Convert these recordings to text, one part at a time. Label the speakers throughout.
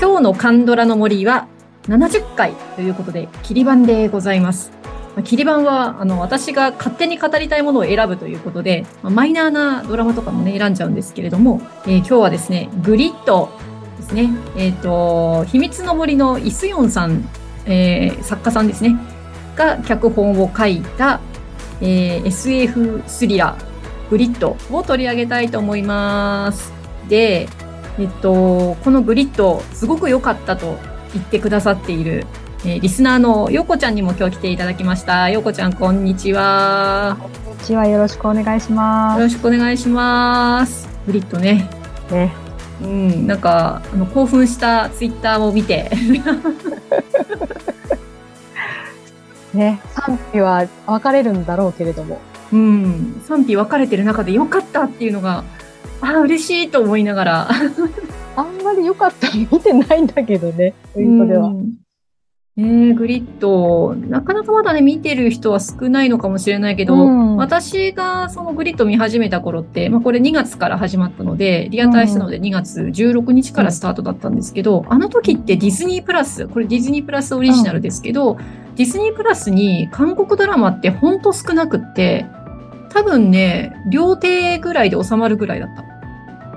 Speaker 1: 今日のカンドラの森は70回ということで、切り板でございます。まあ切り板は、あの、私が勝手に語りたいものを選ぶということで、まあマイナーなドラマとかもね、選んじゃうんですけれども、えー今日はですね、グリッドですね、えっ、と、秘密の森のイスヨンさん、えー作家さんですね、が脚本を書いた、えー SF スリラー、グリッドを取り上げたいと思います。で、えっと、このグリッド、すごく良かったと言ってくださっている、えーリスナーのようこちゃんにも今日来ていただきました。ようこちゃん、こんにちは。
Speaker 2: こんにちは、よろしくお願いし
Speaker 1: よ
Speaker 2: ま
Speaker 1: ろしくお願いします。グリッドね。
Speaker 2: す。ね、
Speaker 1: うん、なんか、あの興奮したツイッターを見て、
Speaker 2: ね、賛否は分かれるんだろうけれども。
Speaker 1: うん、賛否分かれてる中で良かったっていうのが、ああ、嬉しいと思いながら。
Speaker 2: あんまり良かったの見てないんだけどね、ウインドでは。
Speaker 1: うんねえグリッド、なかなかまだね、見てる人は少ないのかもしれないけど、
Speaker 2: うん
Speaker 1: 私がそのグリッド見始めた頃って、まあこれ2月から始まったので、リアタイしたので2月16日からスタートだったんですけど、あの時ってディズニープラス、これディズニープラスオリジナルですけど、ディズニープラスに韓国ドラマってほんと少なくって、多分ね、両手ぐらいで収まるぐらいだった。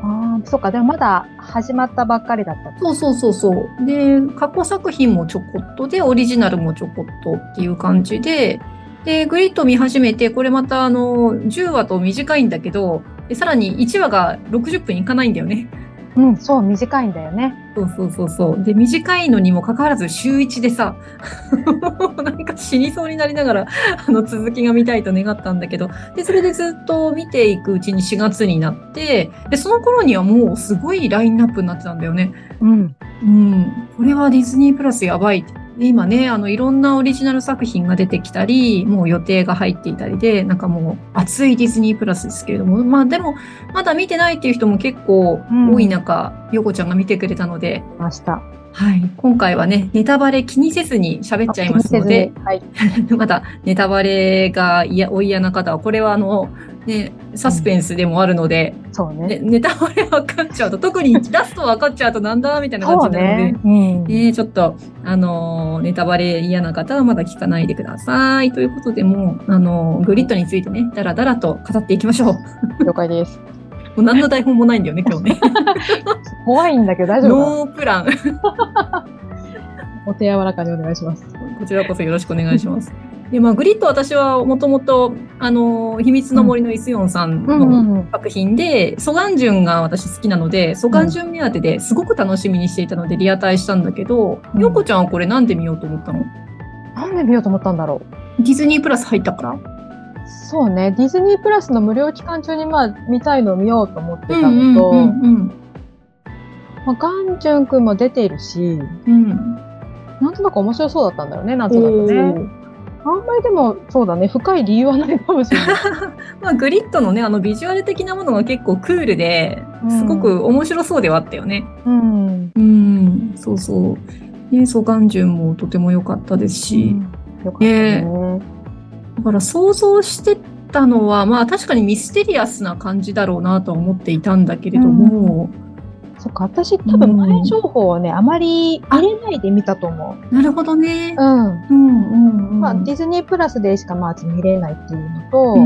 Speaker 2: ああ、そっか、でもまだ始まったばっかりだった。
Speaker 1: そうそうそうそう。で、過去作品もちょこっとで、オリジナルもちょこっとっていう感じで、で、グリッド見始めて、これまたあの、10話と短いんだけど、でさらに1話が60分いかないんだよね。
Speaker 2: うん、そう、短いんだよね。
Speaker 1: そうそうそうそう。で、短いのにもかかわらず週1でさ、 もうなんか死にそうになりながら、あの、続きが見たいと願ったんだけど、で、それでずっと見ていくうちに4月になって、で、その頃にはもうすごいラインナップになってたんだよね。
Speaker 2: うん。
Speaker 1: うん、これはディズニープラスやばい。で今ね、あの、いろんなオリジナル作品が出てきたり、もう予定が入っていたりで、なんかもう熱いディズニープラスですけれども、まあでも、まだ見てないっていう人も結構多い中、ヨコちゃんが見てくれたので、
Speaker 2: 明日。
Speaker 1: はい、今回はね、ネタバレ気にせずに喋っちゃいますので、
Speaker 2: はい。
Speaker 1: まだネタバレがいやお嫌な方は、これはあの、ね、サスペンスでもあるので、
Speaker 2: そうね。
Speaker 1: ねネタバレ分かっちゃうと、特にラスト分かっちゃうとなんだみたいな感
Speaker 2: そ
Speaker 1: じ
Speaker 2: う
Speaker 1: になるので、
Speaker 2: ね。うん。
Speaker 1: ねえ、ちょっと、あのーネタバレ嫌な方はまだ聞かないでください。ということで、もう、あのーグリッドについてね、だらだらと語っていきましょう。も
Speaker 2: 了解です。
Speaker 1: う何の台本もないんだ よね、今日ね。
Speaker 2: 怖いんだけど大丈夫か
Speaker 1: ノープラン。こ
Speaker 2: なお手柔らかにお願いします。
Speaker 1: ちらこそよろしくお願いします。で、まあ、グリッド私はもともと、あのー秘密の森のイスヨンさんの
Speaker 2: ん。
Speaker 1: 作品で、ソガンジュンが私好きなので、ソガンジュン目当てですごく楽しみにしていたので、リアタイしたんだけど、
Speaker 2: うん
Speaker 1: ヨコちゃんはこれなんで見ようと思ったの
Speaker 2: なんで見ようと思ったんだろう。
Speaker 1: ディズニープラス入ったから
Speaker 2: そうね、ディズニープラスの無料期間中にまあ見たいのを見ようと思ってたのと、まあ、ガンジュン君も出ているし、
Speaker 1: うん。
Speaker 2: なんとなく面白そうだったんだよね、なんとな
Speaker 1: お
Speaker 2: くね。
Speaker 1: ー
Speaker 2: あんまりでも、そうだね、深い理由はないかもしれ ない。
Speaker 1: まあ、グリッドのね、あのビジュアル的なものが結構クールで、すごく面白そうではあったよね。
Speaker 2: うん。
Speaker 1: うん、そうそう。ね、ソガンジュンもとても良かったですし、
Speaker 2: よかったね。
Speaker 1: だから想像してたのは、まあ確かにミステリアスな感じだろうなとは思っていたんだけれども、
Speaker 2: そっか、私多分前情報はね、あまり見れないで見たと思う。
Speaker 1: なるほどね。
Speaker 2: うん。
Speaker 1: うんうんうん。
Speaker 2: まあ、ディズニープラスでしかまず見れないっていうのと、
Speaker 1: うんう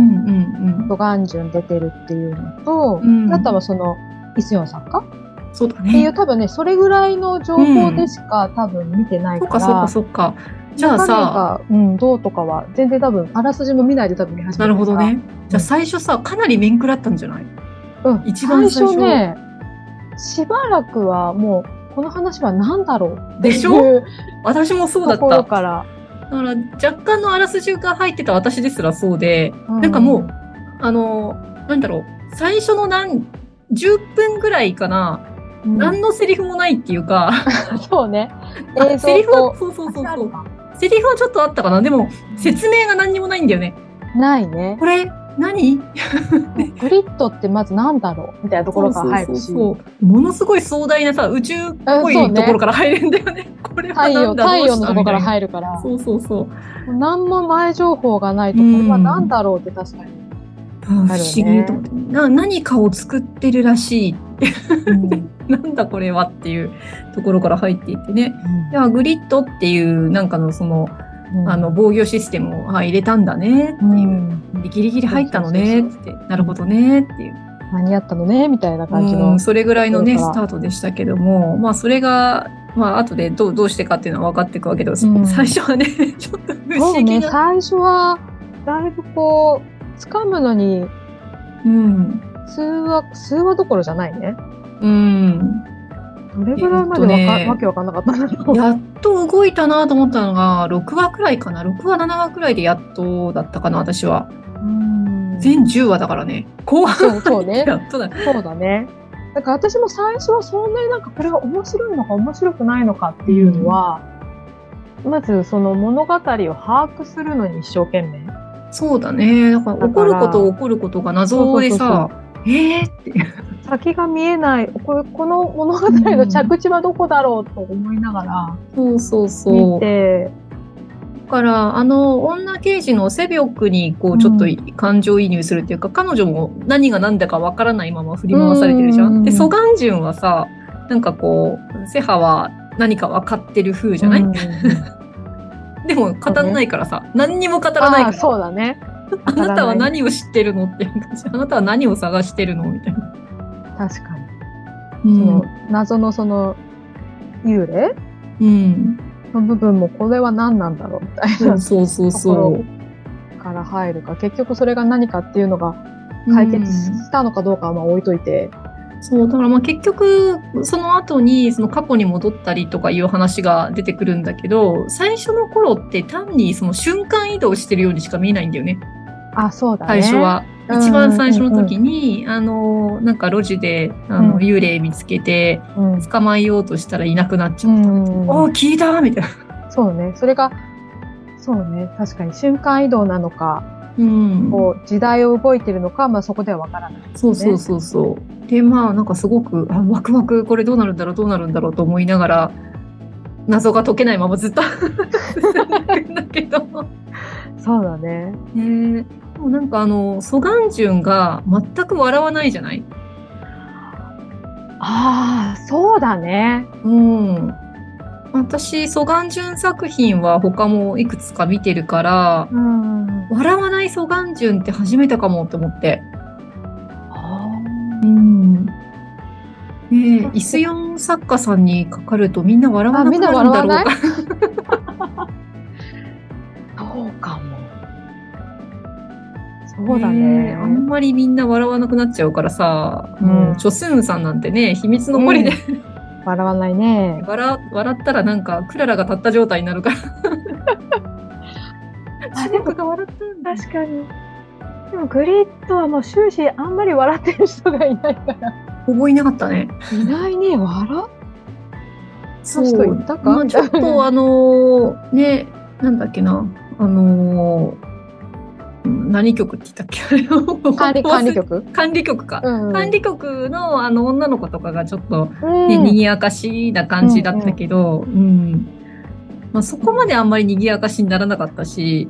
Speaker 1: ん
Speaker 2: ドガンジュン出てるっていうのと、
Speaker 1: うん
Speaker 2: あとはその、イスヨンさんかっ
Speaker 1: うん。そうだ
Speaker 2: ていう
Speaker 1: ね。
Speaker 2: 多分ね、それぐらいの情報でしか多分見てない
Speaker 1: そ
Speaker 2: か
Speaker 1: っ
Speaker 2: ら、
Speaker 1: かそっかそっか。じゃあ
Speaker 2: 中身
Speaker 1: さ、
Speaker 2: が、うん、どうとかは、全然多分、あらすじも見ないで多分見始め
Speaker 1: な
Speaker 2: たから
Speaker 1: るほど。ね。じゃあ最初さ、かなり面食らったんじゃない
Speaker 2: うん、
Speaker 1: 一番最初
Speaker 2: ね、しばらくはもう、この話は何だろう
Speaker 1: でしょ
Speaker 2: っていう
Speaker 1: 私もそうだ
Speaker 2: と
Speaker 1: った。
Speaker 2: ころ
Speaker 1: だか
Speaker 2: から。
Speaker 1: ら若干のあらすじが入ってた私ですらそうで、
Speaker 2: う
Speaker 1: なんかもう、あの、なんだろう、最初の何、10分ぐらいかな、
Speaker 2: うん
Speaker 1: 何のセリフもないっていうか、
Speaker 2: そうね。
Speaker 1: あセリフは、
Speaker 2: と
Speaker 1: そうそうそう
Speaker 2: あ
Speaker 1: そ
Speaker 2: る
Speaker 1: う、
Speaker 2: か
Speaker 1: セリフはちょっとあったかな、でも説明が何にもないんだよね。
Speaker 2: ないね。
Speaker 1: これ、何
Speaker 2: グリッドってまず何だろうみたいなところから入るし。
Speaker 1: そうそうそうそうものすごい壮大なさ、宇宙っぽ
Speaker 2: あそう
Speaker 1: い
Speaker 2: ね
Speaker 1: ところから入るんだよね。 これは
Speaker 2: 太陽、
Speaker 1: 何だ
Speaker 2: 太
Speaker 1: ろう
Speaker 2: 陽のところから
Speaker 1: る。
Speaker 2: 入るから、
Speaker 1: そうそうそう。
Speaker 2: 何も前情報がないと、これは何だろうって確かに。
Speaker 1: うん不
Speaker 2: ある
Speaker 1: 思
Speaker 2: よ
Speaker 1: 議
Speaker 2: ね
Speaker 1: と思ってな何かを作ってるらしい
Speaker 2: うん
Speaker 1: なんだこれはっていうところから入っていってねいやグリッドっていうなんかのその,、
Speaker 2: うん
Speaker 1: あの防御システムをあ入れたんだねって
Speaker 2: う
Speaker 1: いう、
Speaker 2: ん
Speaker 1: でギリギリ入ったのねって
Speaker 2: そう
Speaker 1: なるほどねっていう
Speaker 2: 間に合ったのねみたいな感じ
Speaker 1: う
Speaker 2: の
Speaker 1: ん、それぐらいのね
Speaker 2: ところ
Speaker 1: ス
Speaker 2: か
Speaker 1: タートでしたけどもまあそれがまあ後でどうどうしてかっていうのは分かっていくわけで、す
Speaker 2: うん
Speaker 1: 最初はね ちょっと不
Speaker 2: そ
Speaker 1: 思議
Speaker 2: うね
Speaker 1: な、
Speaker 2: 最初はだいぶこう掴むのに
Speaker 1: うん
Speaker 2: 数話数話どころじゃないね
Speaker 1: うん
Speaker 2: どれぐらいま
Speaker 1: えっ
Speaker 2: でわか、
Speaker 1: とね
Speaker 2: わけわかんなかったんだろう
Speaker 1: やっと動いたなと思ったのが6話くらいかな6話7話くらいでやっとだったかな私は
Speaker 2: うん
Speaker 1: 全10話だからね後半
Speaker 2: そうそうね
Speaker 1: やっとだ
Speaker 2: そうだね。だから私も最初はそんなになんかこれが面白いのか面白くないのかっていうのは、まずその物語を把握するのに一生懸命。
Speaker 1: そうだねだから
Speaker 2: だから
Speaker 1: 起こること起こることが謎でさえーって
Speaker 2: 先が見えない、これこの物語の着地はどこだろうと思いながら
Speaker 1: そうそうそう
Speaker 2: 見て、
Speaker 1: だからあの女刑事のセビョクにこうちょっとい感情移入するっていうか、彼女も何が何だかわからないまま振り回されてるじゃ
Speaker 2: うんうん
Speaker 1: ん。
Speaker 2: うん
Speaker 1: でソガンジュンはさなんかこうセハは何か分かってる風じゃない、
Speaker 2: うん
Speaker 1: でも語らないからさ、何にも語らない
Speaker 2: あ
Speaker 1: か
Speaker 2: あ、
Speaker 1: ら
Speaker 2: そうだね。
Speaker 1: あなたは何を知ってるのっていう感じあなたは何を探してるのみたいな。
Speaker 2: 確かに。
Speaker 1: う
Speaker 2: その謎のその幽霊
Speaker 1: うん、
Speaker 2: の部分もこれは何なんだろうみたい
Speaker 1: そうそう そうそう。
Speaker 2: なから入るか、結局それが何かっていうのが解決したのかどうかはまあ置いといて。
Speaker 1: そう、だからまあ結局、その後にその過去に戻ったりとかいう話が出てくるんだけど、最初の頃って単にその瞬間移動してるようにしか見えないんだよね、
Speaker 2: あ、そうだ
Speaker 1: 最
Speaker 2: ね。
Speaker 1: 初。は。
Speaker 2: うん
Speaker 1: 一番最初の時に、あの、なんか路地で、あ
Speaker 2: うん
Speaker 1: の、幽霊見つけて、
Speaker 2: うん。
Speaker 1: 捕まえようとしたらいなくなっち
Speaker 2: う
Speaker 1: ゃった。
Speaker 2: ん
Speaker 1: おー聞いたみたいな。
Speaker 2: そうね。それが、そうね。確かに瞬間移動なのか、
Speaker 1: うん。
Speaker 2: こう、時代を動いてるのか、まあそこではわからない。
Speaker 1: そうそうそうそう。で、まあなんかすごく、あ、ワクワク、これどうなるんだろう、どうなるんだろうと思いながら、謎が解けないままずっと 進んでいくんだけど。
Speaker 2: そうだね。
Speaker 1: ねえでもなんかあの、ソガンジュンが全く笑わないじゃない
Speaker 2: ああ、そうだね。
Speaker 1: うん。私、ソガンジュン作品は他もいくつか見てるから、
Speaker 2: うん。
Speaker 1: 笑わないソガンジュンって初めてかもって思って。
Speaker 2: あ
Speaker 1: うん。ねえ、イスヨン作家さんにかかるとみんな笑わなくなるんだろう
Speaker 2: あみんな笑わ
Speaker 1: か
Speaker 2: な。 ーそうかも。そうだ
Speaker 1: ねえ
Speaker 2: ね
Speaker 1: あ。んまりみんな笑わなくなっちゃうからさ、
Speaker 2: うん
Speaker 1: もう、チョスンさんなんてね、秘密の森で、
Speaker 2: 笑わないね。
Speaker 1: 笑笑ったらなんか、クララが立った状態になるから。
Speaker 2: あ
Speaker 1: 主
Speaker 2: でも
Speaker 1: 役が笑ったんだ。
Speaker 2: 確かに。でもグリッドはもう終始あんまり笑ってる人がいないから。
Speaker 1: ほぼいなかったね。
Speaker 2: いないね。笑
Speaker 1: そ
Speaker 2: そう言ったか
Speaker 1: まあ、ちょっとあのーね、なんだっけな、あのーうん何曲って言ったっけあれを
Speaker 2: 管理管理局
Speaker 1: 管理局か。
Speaker 2: うんうん
Speaker 1: 管理局のあの女の子とかがちょっと
Speaker 2: うん
Speaker 1: ね、賑やかしな感じだったけど、うん、まあ、そこまであんまり賑やかしにならなかったし、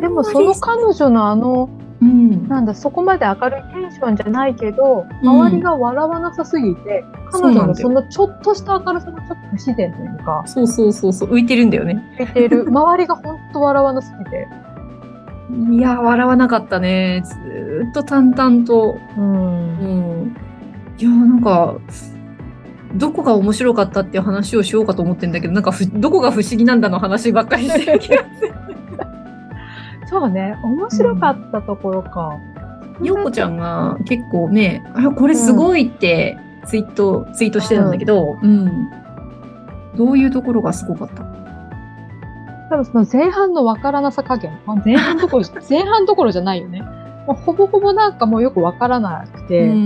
Speaker 2: でもその彼女のあの
Speaker 1: うん、
Speaker 2: なんだそこまで明るいテンションじゃないけど
Speaker 1: うん
Speaker 2: 周りが笑わなさすぎて、彼女の
Speaker 1: そ
Speaker 2: そうのちょっとした明るさがちょっと不自然というか
Speaker 1: そうそうそうそう、浮いてるんだよね。
Speaker 2: 似てる 周りが本当笑わなすぎて、
Speaker 1: いや、笑わなかったね。ずーっと淡々と。
Speaker 2: うん
Speaker 1: うん。いや、なんか、どこが面白かったっていう話をしようかと思ってんだけど、なんかふ、どこが不思議なんだの話ばっかりしてる気が。
Speaker 2: そうね面白かったところか、
Speaker 1: ようこちゃんが結構ね、あれ、これすごいってツイート、ツイートしてたんだけど、うん。どういうところがすごかった
Speaker 2: 多分その前半のわからなさ加減まあ前半どころ 前半どころじゃないよね、まあ、ほぼほぼなんかもうよくわからなくて、
Speaker 1: うんう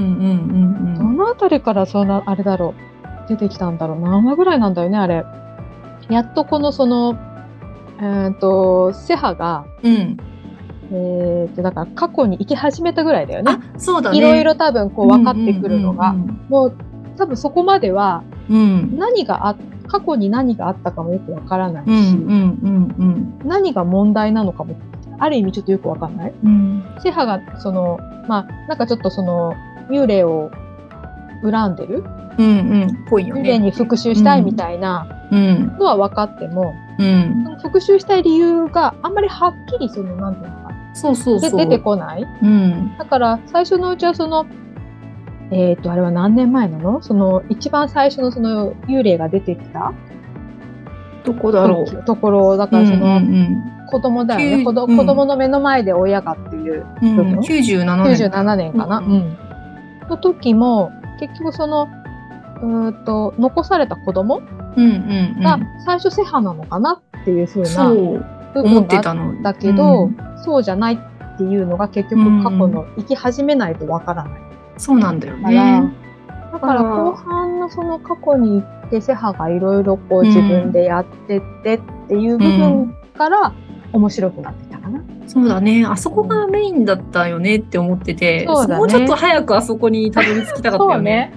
Speaker 1: ん
Speaker 2: どのあたりからそんな、あれだろう、出てきたんだろう、何話ぐらいなんだよね、あれ。やっとこの、その、えーっと、セハが、
Speaker 1: うんうん。うん。
Speaker 2: えーっと、だから過去に行き始めたぐらいだよね
Speaker 1: あ。、そうだね。
Speaker 2: いろいろ多分こう分かってくるの
Speaker 1: う
Speaker 2: が。
Speaker 1: ん
Speaker 2: もう、多分そこまでは、
Speaker 1: うん
Speaker 2: 何があ、過去に何があったかもよくわからない
Speaker 1: う
Speaker 2: し、
Speaker 1: んうんうんうんうん。
Speaker 2: 何が問題なのかもある意味ちょっとよくわかんない。
Speaker 1: うん。
Speaker 2: シハが、その、まあ、なんかちょっとその、幽霊を恨んでる
Speaker 1: うんうん。ぽいよ
Speaker 2: 幽
Speaker 1: ね。
Speaker 2: 霊に復讐したいみたいな
Speaker 1: うん。
Speaker 2: のは分かっても、
Speaker 1: うん。
Speaker 2: その復讐したい理由があんまりはっきりその、なんていうのか、
Speaker 1: そうそう
Speaker 2: で
Speaker 1: そう。
Speaker 2: 出てこない。
Speaker 1: うん。
Speaker 2: だから、最初のうちはその、えっ、と、あれは何年前なのその、一番最初のその、幽霊が出てきた
Speaker 1: どこだろう。
Speaker 2: ところ、だからその、
Speaker 1: うん
Speaker 2: 子供だよ
Speaker 1: きゅ
Speaker 2: ね
Speaker 1: う
Speaker 2: 子ど。
Speaker 1: うん
Speaker 2: 子供の目の前で親がっていう、
Speaker 1: うん
Speaker 2: どこ
Speaker 1: うん、97年。
Speaker 2: 97年かな。
Speaker 1: う
Speaker 2: うんん。の時も、結局その、うーんと、残された子供
Speaker 1: うんうんうん、
Speaker 2: が最初セハなのかなっていうふうな
Speaker 1: そう
Speaker 2: 部
Speaker 1: 思
Speaker 2: 分
Speaker 1: って
Speaker 2: があ
Speaker 1: た
Speaker 2: っ
Speaker 1: の。
Speaker 2: たけど、
Speaker 1: うん
Speaker 2: そうじゃないっていうのが結局過去の生き始めないとわからない
Speaker 1: そうなんだよ
Speaker 2: から、
Speaker 1: ね。
Speaker 2: だから
Speaker 1: うん
Speaker 2: 後半のその過去に行ってセハがいろいろこう自分でやってってっていう部分から面白くなってきたかな。
Speaker 1: そうだね。あそこがメインだったよねって思ってて、
Speaker 2: そうだね
Speaker 1: もうちょっと早くあそこにたどり着きたかったよね。。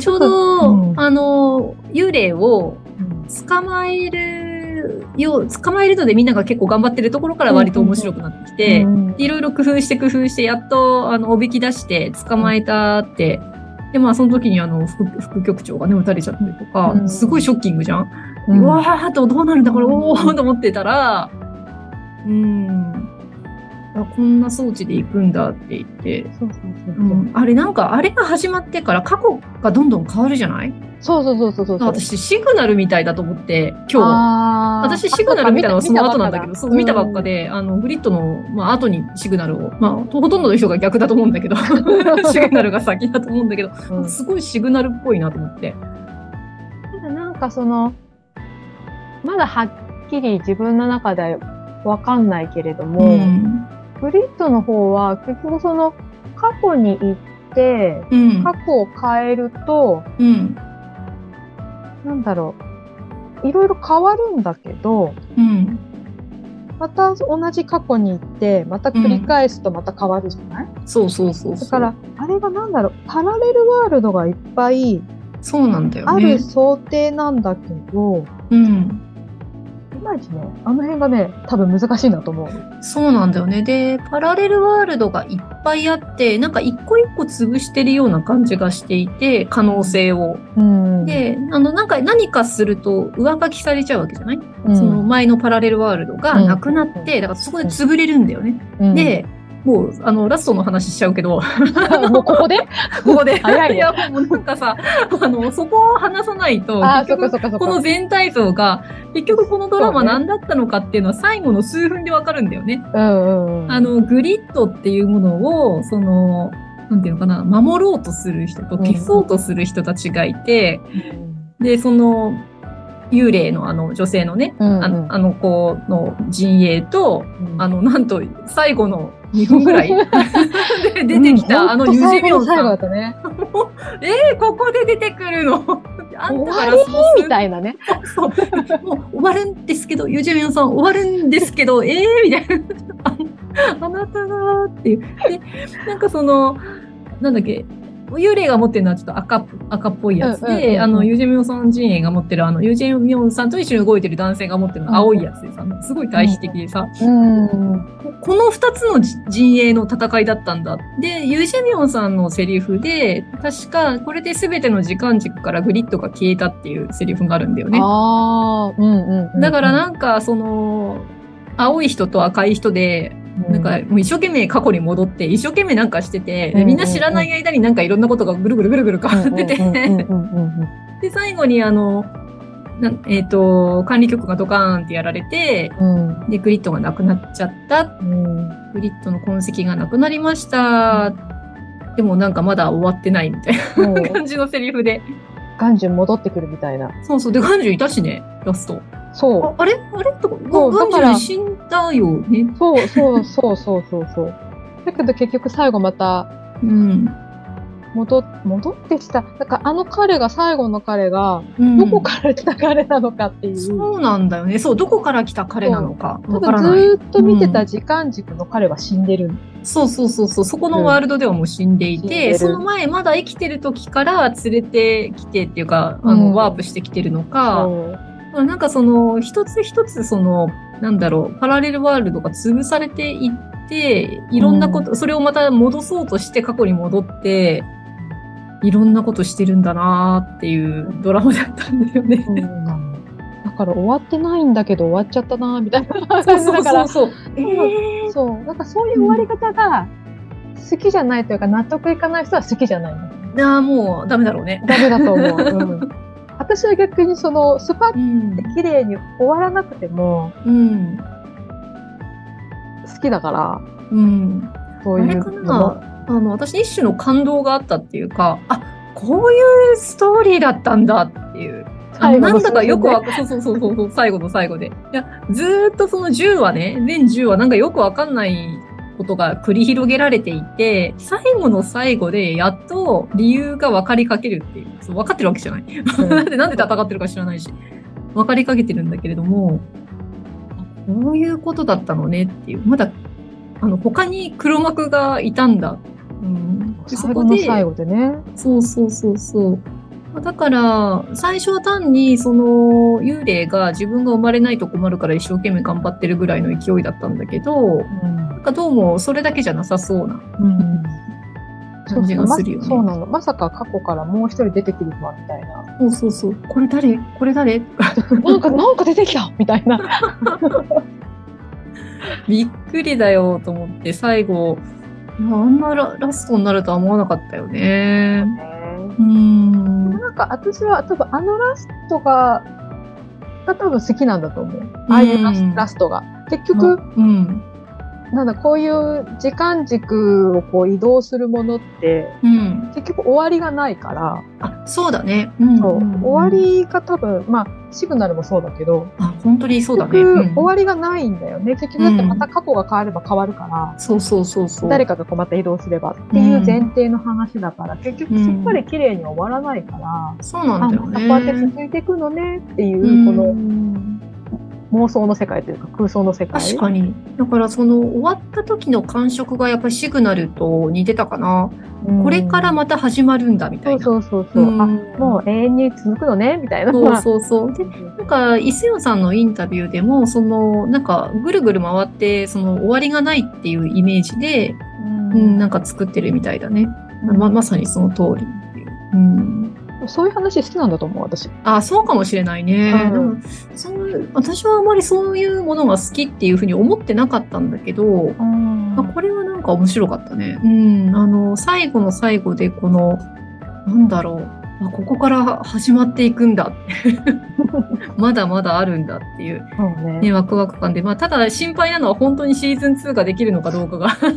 Speaker 1: ちょうど、
Speaker 2: うん
Speaker 1: あの、幽霊を
Speaker 2: うん
Speaker 1: 捕まえるよう、捕まえるのでみんなが結構頑張ってるところから割と面白くなってきて、
Speaker 2: うん
Speaker 1: いろいろ工夫して工夫して、やっと、あの、おびき出して捕まえたって。で、まあ、その時に、あの、副副局長がね、撃たれちゃったりとか、
Speaker 2: うん
Speaker 1: すごいショッキングじゃん、う
Speaker 2: うん
Speaker 1: わーっと、どうなるんだ、これ、
Speaker 2: うん
Speaker 1: おーと思ってたら、うん、あこんな装置で行くんだって言って、
Speaker 2: そうそうそう
Speaker 1: う、
Speaker 2: そうん
Speaker 1: あれ、なんか、あれが始まってから過去がどんどん変わるじゃない
Speaker 2: そうそうそうそうそうそう。
Speaker 1: 私、シグナルみたいだと思って、今日。
Speaker 2: あー
Speaker 1: 私、シグナル見たのはその後なんだけど、そう見たばっか。
Speaker 2: あ
Speaker 1: で、あの、グリッドの、まあ、後にシグナルを、まあ、ほとんどの人が逆だと思うんだ けど、シグナルが先だと思うんだけど、
Speaker 2: そっかうんうん
Speaker 1: すごいシグナルっぽいなと思って。
Speaker 2: ただなんかその、まだはっきり自分の中でわかんないけれども、
Speaker 1: うん。
Speaker 2: グリッドの方は結局その過去に行って、
Speaker 1: うん
Speaker 2: 過。去を変えると、
Speaker 1: うん。
Speaker 2: なんだろう、いろいろ変わるんだけど、
Speaker 1: うん。
Speaker 2: また同じ過去に行って、また繰り返すとまた変わるじゃない、
Speaker 1: そうそうそうそう。
Speaker 2: だから、、あれがなんだろう、パラレルワールドがいっぱい
Speaker 1: そうなんだよ
Speaker 2: あ
Speaker 1: ね。
Speaker 2: る想定なんだけど、
Speaker 1: うん。
Speaker 2: いまいちね、あの辺がね、多分難しいんだと思う。
Speaker 1: そうなんだよね。で、パラレルワールドがいっぱいあって、なんか一個一個潰してるような感じがしていて、可能性を。
Speaker 2: うん、
Speaker 1: で、あの、なんか何かすると上書きされちゃうわけじゃない
Speaker 2: うん
Speaker 1: その前のパラレルワールドがなくなって、だからそこで潰れるんだよね。
Speaker 2: うん
Speaker 1: で、もう、あの、ラストの話しちゃうけど、
Speaker 2: もうここで
Speaker 1: ここで。
Speaker 2: 早いね
Speaker 1: や、もうなんかさ、あの、そこを話さないと、
Speaker 2: ああ、
Speaker 1: 結
Speaker 2: そ
Speaker 1: 局
Speaker 2: っかそっかそっか。
Speaker 1: この全体像が、結局このドラマ何だったのかっていうのは最後の数分でわかるんだよね。
Speaker 2: うんうんうん、
Speaker 1: あの、グリッドっていうものを、その、なんていうのかな、守ろうとする人と消そうとする人たちがいて、
Speaker 2: うん、
Speaker 1: で、その、幽霊のあの女性のね、
Speaker 2: うん
Speaker 1: あのあの子の陣営と、
Speaker 2: うん、
Speaker 1: あの、なんと、最後の2分ぐら いで出てきた、
Speaker 2: うん
Speaker 1: あの
Speaker 2: ほん
Speaker 1: ユ
Speaker 2: と
Speaker 1: ジミョンさ
Speaker 2: 最後の
Speaker 1: ん。
Speaker 2: 最後だったね。
Speaker 1: えーここで出てくるの あんたから
Speaker 2: 終
Speaker 1: そうす
Speaker 2: みたいなね。
Speaker 1: そうもう終わるんですけど、ユジミョンさん終わるんですけど、 えーみたいな。ああなたがーっていう。で、なんかその、なんだっけ、幽霊が持ってるのはちょっと赤っ赤っぽいやつで、
Speaker 2: うんうんうんうん
Speaker 1: あの、ユジミョンさん陣営が持ってる、あの、ユジミョンさんと一緒に動いてる男性が持ってるのは青いやつでさ、すごい対比的でさ、
Speaker 2: うん。
Speaker 1: この二つの陣営の戦いだったんだ。で、ユージェミョンさんのセリフで、確かこれで全ての時間軸からグリッドが消えたっていうセリフがあるんだよね。
Speaker 2: ああ、うんうん、うん。
Speaker 1: だから、なんか、その、青い人と赤い人で、なんか、もう一生懸命過去に戻って、一生懸命なんかしてて、
Speaker 2: うんう
Speaker 1: で
Speaker 2: ん
Speaker 1: みんな知らない間になんかいろんなことがぐるぐるぐるぐる変わって
Speaker 2: うんうん
Speaker 1: て、
Speaker 2: うんうんうんうん
Speaker 1: で、最後にあの、なんえっ、と、管理局がドカーンってやられて、
Speaker 2: うん
Speaker 1: で、グリッドがなくなっちゃった
Speaker 2: うん
Speaker 1: グリッドの痕跡がなくなりました。でもなんかまだ終わってないみたい
Speaker 2: もう
Speaker 1: な感じのセリフで。
Speaker 2: ガンジュン戻ってくるみたいな。
Speaker 1: そうそう。で、ガンジュいたしね、ラスト。
Speaker 2: そ
Speaker 1: ああれあれとか、
Speaker 2: そう
Speaker 1: ガンジ
Speaker 2: だか
Speaker 1: ュ
Speaker 2: ら
Speaker 1: 死んだよね
Speaker 2: う。。そうそうそうそうそうそう。だけど結局最後また
Speaker 1: うん。
Speaker 2: 戻っ戻ってきた。だからあの彼が最後の彼が
Speaker 1: うん
Speaker 2: どこから来た彼なのかっていう。
Speaker 1: そうなんだよね。そう、どこから来た彼なのか。
Speaker 2: 多
Speaker 1: わから
Speaker 2: 分ず
Speaker 1: ない。
Speaker 2: ーっと見てた時間軸の彼は死んでる。
Speaker 1: そうそうそうそう。そこのワールドではもう死んでい
Speaker 2: うん死ん
Speaker 1: て、
Speaker 2: でる
Speaker 1: その前まだ生きてる時から連れてきてっていうか、あの、
Speaker 2: うん
Speaker 1: ワープしてきてるのか、
Speaker 2: そう
Speaker 1: まあなんかその一つ一つそのなんだろう、パラレルワールドが潰されていって、いろんなこと、それをまた戻そうとして過去に戻って、いろんなことしてるんだなーっていうドラマだったんだよね。
Speaker 2: だから終わってないんだけど終わっちゃったなみたいな
Speaker 1: そう
Speaker 2: 感じ
Speaker 1: そ
Speaker 2: だ
Speaker 1: う
Speaker 2: か
Speaker 1: そうそ
Speaker 2: ら
Speaker 1: う。え
Speaker 2: そうなんかそういう終わり方が好きじゃないというか納得いかない人は好きじゃないの
Speaker 1: ー、ああ、もうダメだろうね。
Speaker 2: ダメだと思う、うん、私は逆にそのスパッ
Speaker 1: うん
Speaker 2: て。綺麗に終わらなくても
Speaker 1: うん。
Speaker 2: 好きだから
Speaker 1: うん。
Speaker 2: そう
Speaker 1: あ
Speaker 2: い
Speaker 1: れ
Speaker 2: う
Speaker 1: か
Speaker 2: のも
Speaker 1: なあの私一種の感動があったっていうかあこういうストーリーだったんだっていうあの
Speaker 2: 最後の
Speaker 1: なんだかよく
Speaker 2: そう
Speaker 1: わかそうそうそうそうそう最後の最後でいやずーっとその10話ね全10話なんかよくわかんないことが繰り広げられていて最後の最後でやっと理由が分かりかけるっていうそう分かってるわけじゃない
Speaker 2: う ん
Speaker 1: なんで、なんで戦ってるか知らないし、分かりかけてるんだけれども、あこういうことだったのねっていう、まだ、あの、他に黒幕がいたんだ。うん、でそ
Speaker 2: 最
Speaker 1: こ
Speaker 2: 後の
Speaker 1: で、
Speaker 2: 最後でね
Speaker 1: そうそうそうそう。まあだから、最初は単に、その、幽霊が自分が生まれないと困るから一生懸命頑張ってるぐらいの勢いだったんだけど、なんかどうもそれだけじゃなさそうな
Speaker 2: うん
Speaker 1: 感じがするよね。
Speaker 2: そうそうまそうなの。まさか過去からもう一人出てくるとは、みたい な。
Speaker 1: そうそうそう。これ誰これ誰
Speaker 2: なんか、なんか出てきたみたいな。
Speaker 1: びっくりだよと思って最後いやあんなララストになるとは思わなかったよね。うーん。
Speaker 2: なんか、私は多分あのラストが、が多分好きなんだと思う。ああいうラス
Speaker 1: うん
Speaker 2: ラストが。結局、
Speaker 1: うん。
Speaker 2: なんだ、こういう時間軸をこう移動するものって、
Speaker 1: うん。
Speaker 2: 結局終わりがないから、
Speaker 1: あ、そうだね。うん。
Speaker 2: そう
Speaker 1: うん
Speaker 2: 終わ。りが多分、まあ、シグナルもそうだけど、
Speaker 1: あ、本当にそうだね。
Speaker 2: 結
Speaker 1: う
Speaker 2: 局
Speaker 1: ん
Speaker 2: 終わりがないんだよね。結局だってまた過去が変われば変わるから、
Speaker 1: そうそうそうそう。
Speaker 2: 誰かがこうまた移動すればっていう前提の話だから、結局すっぱり綺麗には終わらないから、
Speaker 1: そうなん
Speaker 2: あ
Speaker 1: だよ
Speaker 2: また
Speaker 1: ね。
Speaker 2: こうやって続いていくのねっていう、こ
Speaker 1: う
Speaker 2: の
Speaker 1: ん
Speaker 2: 妄想の世界というか空想の世界
Speaker 1: 確かに。だからその終わった時の感触がやっぱりシグナルと似てたかな。
Speaker 2: うん
Speaker 1: これからまた始まるんだみた
Speaker 2: そ
Speaker 1: いうな。
Speaker 2: そうそうそう、
Speaker 1: うん
Speaker 2: あもう永遠に続くのねみたいな
Speaker 1: そうそうそう。で
Speaker 2: う
Speaker 1: なんか、伊勢尾さんのインタビューでも、その、なんか、ぐるぐる回って、その、終わりがないっていうイメージで、
Speaker 2: ん
Speaker 1: うん、なんか作ってるみたいだね。ま、まさにその通りっていう。うん。
Speaker 2: そういう話好きなんだと思う私
Speaker 1: あ、そうかもしれないね。
Speaker 2: うん
Speaker 1: でも、そういう、私はあまりそういうものが好きっていうふうに思ってなかったんだけど、まあこれはなんか面白かったね。うん。あの、最後の最後で、この、なんだろう。あここから始まっていくんだ。 まだまだあるんだっていう。
Speaker 2: そうね
Speaker 1: ね、ワクワク感で、まあ、ただ心配なのは本当にシーズン2ができるのかどうか が。作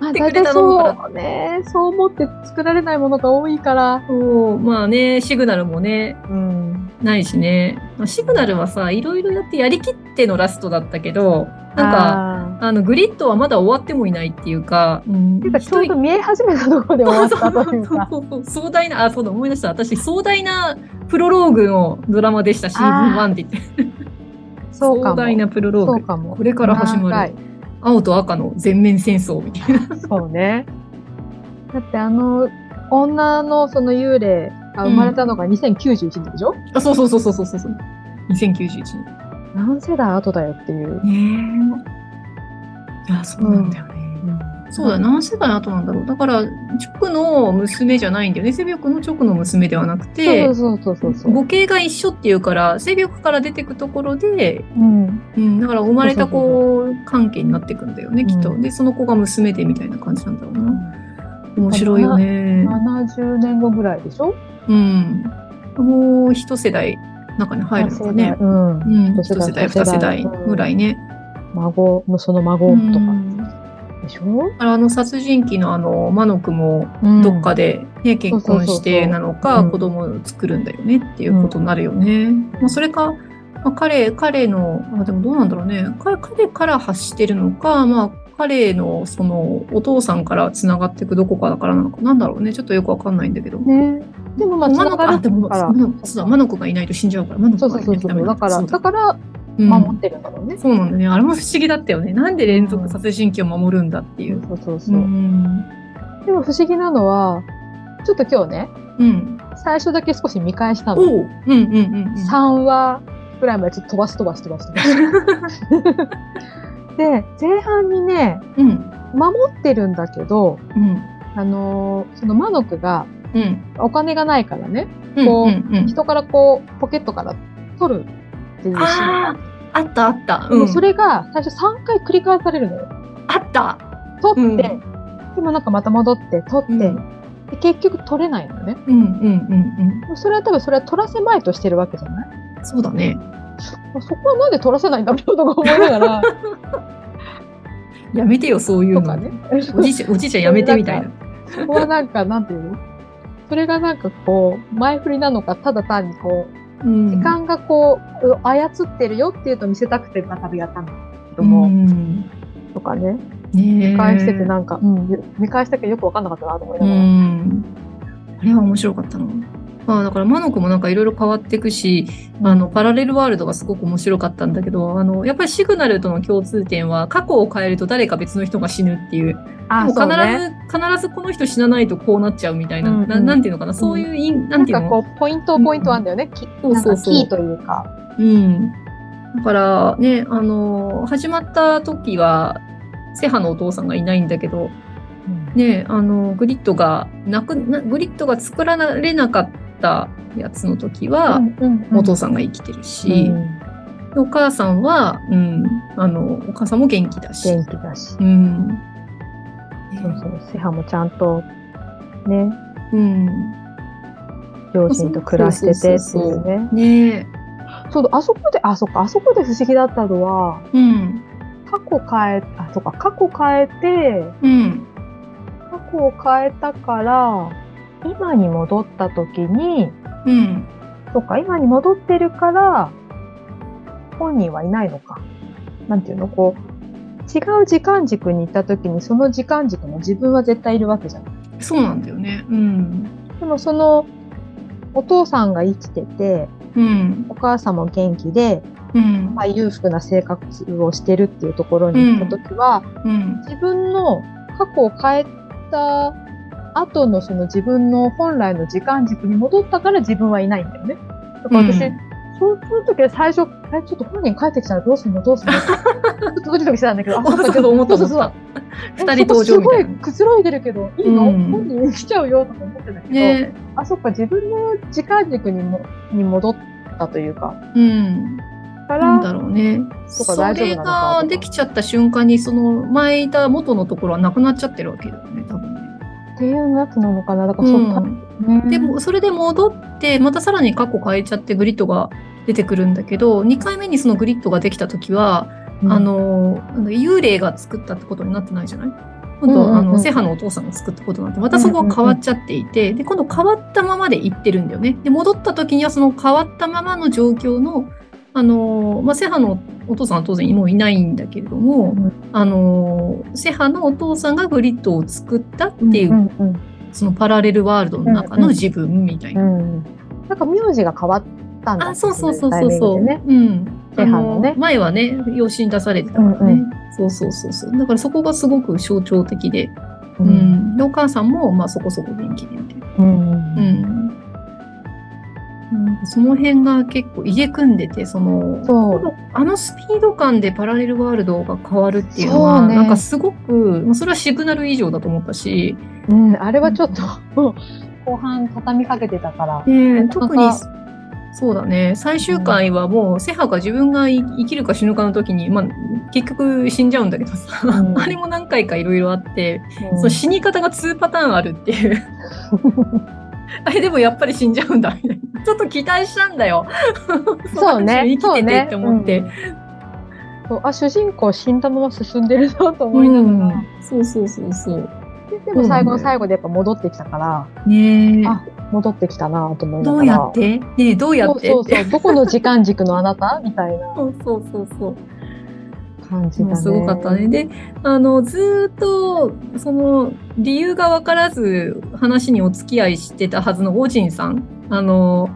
Speaker 2: まあ
Speaker 1: って
Speaker 2: 大
Speaker 1: くれ
Speaker 2: 体
Speaker 1: たのから。
Speaker 2: そうねそう思って作られないものが多いから、
Speaker 1: そう、まあね、シグナルもね、
Speaker 2: うん、
Speaker 1: ないしね。まあシグナルはさ、いろいろやってやりきってのラストだったけど、なんか、
Speaker 2: か
Speaker 1: あの、グリッドはまだ終わってもいないっていうか、うん
Speaker 2: ていうかちょうど見え始めたところで終わったというか
Speaker 1: そうそう壮大な、あ、そうだ、思い出した。私、壮大なプロローグのドラマでした、シーズン1って言って。
Speaker 2: そう
Speaker 1: 壮
Speaker 2: かも
Speaker 1: 大なプロロ
Speaker 2: そ
Speaker 1: ー
Speaker 2: う
Speaker 1: グ。
Speaker 2: かも。
Speaker 1: これから始まる。青と赤の全面戦争みたいな。
Speaker 2: 長いそうね。だってあの、女のその幽霊が生まれたのが2091年でしょ、
Speaker 1: あ、そうそうそうそうそうそうそう。2091
Speaker 2: 何世代後だよっていう。
Speaker 1: 年。ねえ。あ、そうなんだよね。そうだ、何世代後なんだろう。だから、直の娘じゃないんだよね。セビョクの直の娘ではなくて、
Speaker 2: そうそうそうそうそう。
Speaker 1: 母系が一緒っていうから、セビョクから出てくところで、
Speaker 2: うん。
Speaker 1: うん、だから生まれた
Speaker 2: そう
Speaker 1: 子関係になってくんだよね、きっ
Speaker 2: う
Speaker 1: と。
Speaker 2: ん
Speaker 1: で、その子が娘でみたいな感じなんだろうな。面白いよね。
Speaker 2: 70年後ぐらいでしょ
Speaker 1: うん。もう一世代中に入るのかね。
Speaker 2: うん
Speaker 1: う。ん、
Speaker 2: 一
Speaker 1: 一
Speaker 2: 世
Speaker 1: 世
Speaker 2: 代
Speaker 1: 代、二世代ぐらいね。
Speaker 2: 孫のその孫と
Speaker 1: う
Speaker 2: か
Speaker 1: ん
Speaker 2: でしょ、
Speaker 1: あの殺人鬼のあのマノクも
Speaker 2: うん
Speaker 1: どっかで、ね結婚
Speaker 2: そうそう
Speaker 1: し
Speaker 2: そうそ
Speaker 1: て
Speaker 2: う
Speaker 1: なのか
Speaker 2: うん
Speaker 1: 子供を作るんだよねっていうことになるよね。まあ、それか、まあ、彼彼のあでもどうなんだろうねか彼から発してるのか、まあ、彼のそのお父さんからつながっていくどこかだからなのかなんだろうねちょっとよくわかんないんだけど。
Speaker 2: ね。でもまあ、
Speaker 1: マ
Speaker 2: つ
Speaker 1: ノ
Speaker 2: な
Speaker 1: ク
Speaker 2: が
Speaker 1: あ
Speaker 2: る
Speaker 1: でも
Speaker 2: から
Speaker 1: マノクそうだマノクがいないと死んじゃうからマノ
Speaker 2: そ
Speaker 1: ク
Speaker 2: うそ
Speaker 1: が
Speaker 2: う
Speaker 1: い
Speaker 2: そ
Speaker 1: な
Speaker 2: う
Speaker 1: いとダメ
Speaker 2: そう。
Speaker 1: な
Speaker 2: だ
Speaker 1: ん
Speaker 2: から、
Speaker 1: そう
Speaker 2: だから
Speaker 1: うん
Speaker 2: 守ってるんだろうね。
Speaker 1: そうなんだねあれも不思議だったよねなんで連続殺人鬼を守るんだっていう。
Speaker 2: そうそうそう。
Speaker 1: ん
Speaker 2: でも不思議なのは、ちょっと今日ね、
Speaker 1: うん
Speaker 2: 最初だけ少し見返したの。
Speaker 1: おううんうんうんうん。
Speaker 2: 3話くらいまでちょっと飛ばす飛ばす飛ばす飛ば す。で、前半にね、
Speaker 1: うん。
Speaker 2: 守ってるんだけど、
Speaker 1: うん。
Speaker 2: あのーそのマノクが
Speaker 1: うん。
Speaker 2: お金がないからね、
Speaker 1: うん。
Speaker 2: こう
Speaker 1: うんうん
Speaker 2: 人からこうポケットから取るっていうシーンがあ
Speaker 1: あ
Speaker 2: って
Speaker 1: あ、あったあった。
Speaker 2: で
Speaker 1: う
Speaker 2: も
Speaker 1: ん。
Speaker 2: それが最初3回繰り返されるのよ。
Speaker 1: あった。
Speaker 2: 取って、
Speaker 1: うん
Speaker 2: でもなんかまた戻って取って、
Speaker 1: うん
Speaker 2: で結局取れないのね。
Speaker 1: うんうんうん
Speaker 2: それは多分それは取らせまいとしてるわけじゃない
Speaker 1: うん。そうだね。
Speaker 2: そこはなんで取らせないんだろうとか思いながら、
Speaker 1: やめてよ、 そういう
Speaker 2: と
Speaker 1: の。
Speaker 2: かね。
Speaker 1: おじいちゃん、おじいちゃんやめてみたいな。
Speaker 2: そこはなんか、なんていうのそれがなんかこう、前振りなのか、ただ単にこう、
Speaker 1: うん。
Speaker 2: 時間がこう、操ってるよっていうと見せたくてまたやったんだけど
Speaker 1: う
Speaker 2: も、
Speaker 1: ん。
Speaker 2: とかね、
Speaker 1: ねえ
Speaker 2: 見返しててなんか、うん、見返したけどよくわかんなかったなと思いうながら。
Speaker 1: ん。あれは面白かったな。まあだから、マノコもなんかいろいろ変わっていくし、あの、パラレルワールドがすごく面白かったんだけど、あの、やっぱりシグナルとの共通点は、過去を変えると誰か別の人が死ぬっていう。
Speaker 2: あ
Speaker 1: もう必ず、
Speaker 2: ね。
Speaker 1: 必ずこの人死なないとこうなっちゃうみたいな。
Speaker 2: うんうん
Speaker 1: ななんていうのかな、そういう因、な
Speaker 2: なん
Speaker 1: んていう
Speaker 2: か
Speaker 1: の
Speaker 2: こう、ポイント、ポイントあんだよね。き
Speaker 1: そう
Speaker 2: なん
Speaker 1: そう
Speaker 2: か
Speaker 1: そう
Speaker 2: キーというか。
Speaker 1: うん。だからね、あの、始まった時は、セハのお父さんがいないんだけど、ね、あの、グリッドがなくな、グリッドが作られなかったやつの時は、お父さんが生きてるし、
Speaker 2: うん
Speaker 1: でお母さんは、うん、あの、お母さんも元気だし。
Speaker 2: 元気だし。
Speaker 1: うん。ね
Speaker 2: そうそう、セハもちゃんと、ね、
Speaker 1: うん。
Speaker 2: 両親と暮らしててっていうね。
Speaker 1: ねえ。
Speaker 2: そうだ、あそこで、あ、そっか、あそこで不思議だったのは、
Speaker 1: うん。
Speaker 2: 過去変え、あ、そうか、過去変えて、
Speaker 1: うん。
Speaker 2: 過去を変えたから、今に戻った時に、
Speaker 1: うん。
Speaker 2: そうか、今に戻ってるから、本人はいないのか。なんていうのこう、違う時間軸に行った時に、その時間軸の自分は絶対いるわけじゃん。
Speaker 1: そうなんだよね。うん。
Speaker 2: でもその、お父さんが生きてて、
Speaker 1: うん。
Speaker 2: お母さんも元気で、
Speaker 1: うん。
Speaker 2: まあ、裕福な生活をしてるっていうところに行った時は、
Speaker 1: うん。
Speaker 2: 自分の過去を変えた後のその自分の本来の時間軸に戻ったから自分はいないんだよね。だか ら私、
Speaker 1: うん
Speaker 2: そうするときは最初、えちょっと本人帰ってきたらどう するのどうするのちょっとドキドキしてたんだけど、あ
Speaker 1: そうそう思った思った。 二人登場みたい
Speaker 2: すごい
Speaker 1: な。
Speaker 2: くつろいでるけど、いいの、
Speaker 1: うん
Speaker 2: 本人来ちゃうよとか思ってたけど、
Speaker 1: ね
Speaker 2: あ、そっか、自分の時間軸にもに戻ったというか、
Speaker 1: うん。
Speaker 2: か
Speaker 1: なんだ
Speaker 2: ら、
Speaker 1: ろうね。
Speaker 2: とか
Speaker 1: そ
Speaker 2: 大丈夫
Speaker 1: れ
Speaker 2: なのか
Speaker 1: ができちゃった瞬間に、その前いた元のところはなくなっちゃってるわけだよね、多分ね。
Speaker 2: っていうやつなのかな。だから、そっか、
Speaker 1: うん、でも、それで戻って、またさらに過去変えちゃってグリッドが出てくるんだけど、2回目にそのグリッドができた時は、
Speaker 2: うん
Speaker 1: あ、の、なんだ幽霊が作ったってことになってないじゃない今
Speaker 2: うん
Speaker 1: 度、
Speaker 2: うんうん
Speaker 1: あの、セハのお父さんが作ったことになって、またそこが変わっちゃっていて、で、今度変わったままで行ってるんだよね。で、戻った時にはその変わったままの状況の、あの、まあ、セハのお父さんは当然もういないんだけれども、
Speaker 2: うん
Speaker 1: あの、セハのお父さんがグリッドを作ったっていう
Speaker 2: うんうん
Speaker 1: そのパラレルワールドの中の自分みたいな。
Speaker 2: うんなんか名字が変わったんだ
Speaker 1: あ、そうそうそう
Speaker 2: タイ
Speaker 1: そうそ
Speaker 2: ミング
Speaker 1: う。
Speaker 2: でね。
Speaker 1: うん。
Speaker 2: セハのね
Speaker 1: あ前はね、養子に出されてたからね。
Speaker 2: うんう
Speaker 1: そうそうそうそう。だからそこがすごく象徴的で。う。
Speaker 2: うんん
Speaker 1: で、お母さんも、まあそこそこ元気でみたいな。うん。
Speaker 2: うん
Speaker 1: うんその辺が結構入れ組んでて、その、
Speaker 2: そう。
Speaker 1: あのスピード感でパラレルワールドが変わるっていうのは、
Speaker 2: そうね
Speaker 1: なんかすごく、まあそれはシグナル以上だと思ったし、
Speaker 2: うん、あれはちょっと、 後半畳みかけてたから。
Speaker 1: ねえ
Speaker 2: なか
Speaker 1: 特
Speaker 2: なか
Speaker 1: にそうだね最終回はもう、セハが自分がい生きるか死ぬかの時に、まあ、結局死んじゃうんだけどさ、
Speaker 2: う ん
Speaker 1: あれも何回かいろいろあって、
Speaker 2: うん
Speaker 1: その死に方が2パターンあるっていう あれでもやっぱり死んじゃうんだみたいなちょっと期待したんだよ
Speaker 2: そうね。
Speaker 1: 生きててって思って
Speaker 2: そうねうんそうあ、主人公死んだまま進んでるなと
Speaker 1: う
Speaker 2: 思いなが
Speaker 1: ん
Speaker 2: ら。
Speaker 1: そうそうそうそう
Speaker 2: ででも最後
Speaker 1: う
Speaker 2: の
Speaker 1: ん
Speaker 2: 最後でやっぱ戻ってきたから、
Speaker 1: ねえ
Speaker 2: あ戻ってきたなと思いな
Speaker 1: ど
Speaker 2: が
Speaker 1: う
Speaker 2: ら。
Speaker 1: やってねえどうやって
Speaker 2: そう
Speaker 1: って
Speaker 2: そうそう。どこの時間軸のあなたみたいな
Speaker 1: そうそうそうそう
Speaker 2: 感じだ
Speaker 1: もう
Speaker 2: ね。
Speaker 1: すごかったね。。で、あの、ずーっと、その、理由がわからず、話にお付き合いしてたはずのオジンさん、あの、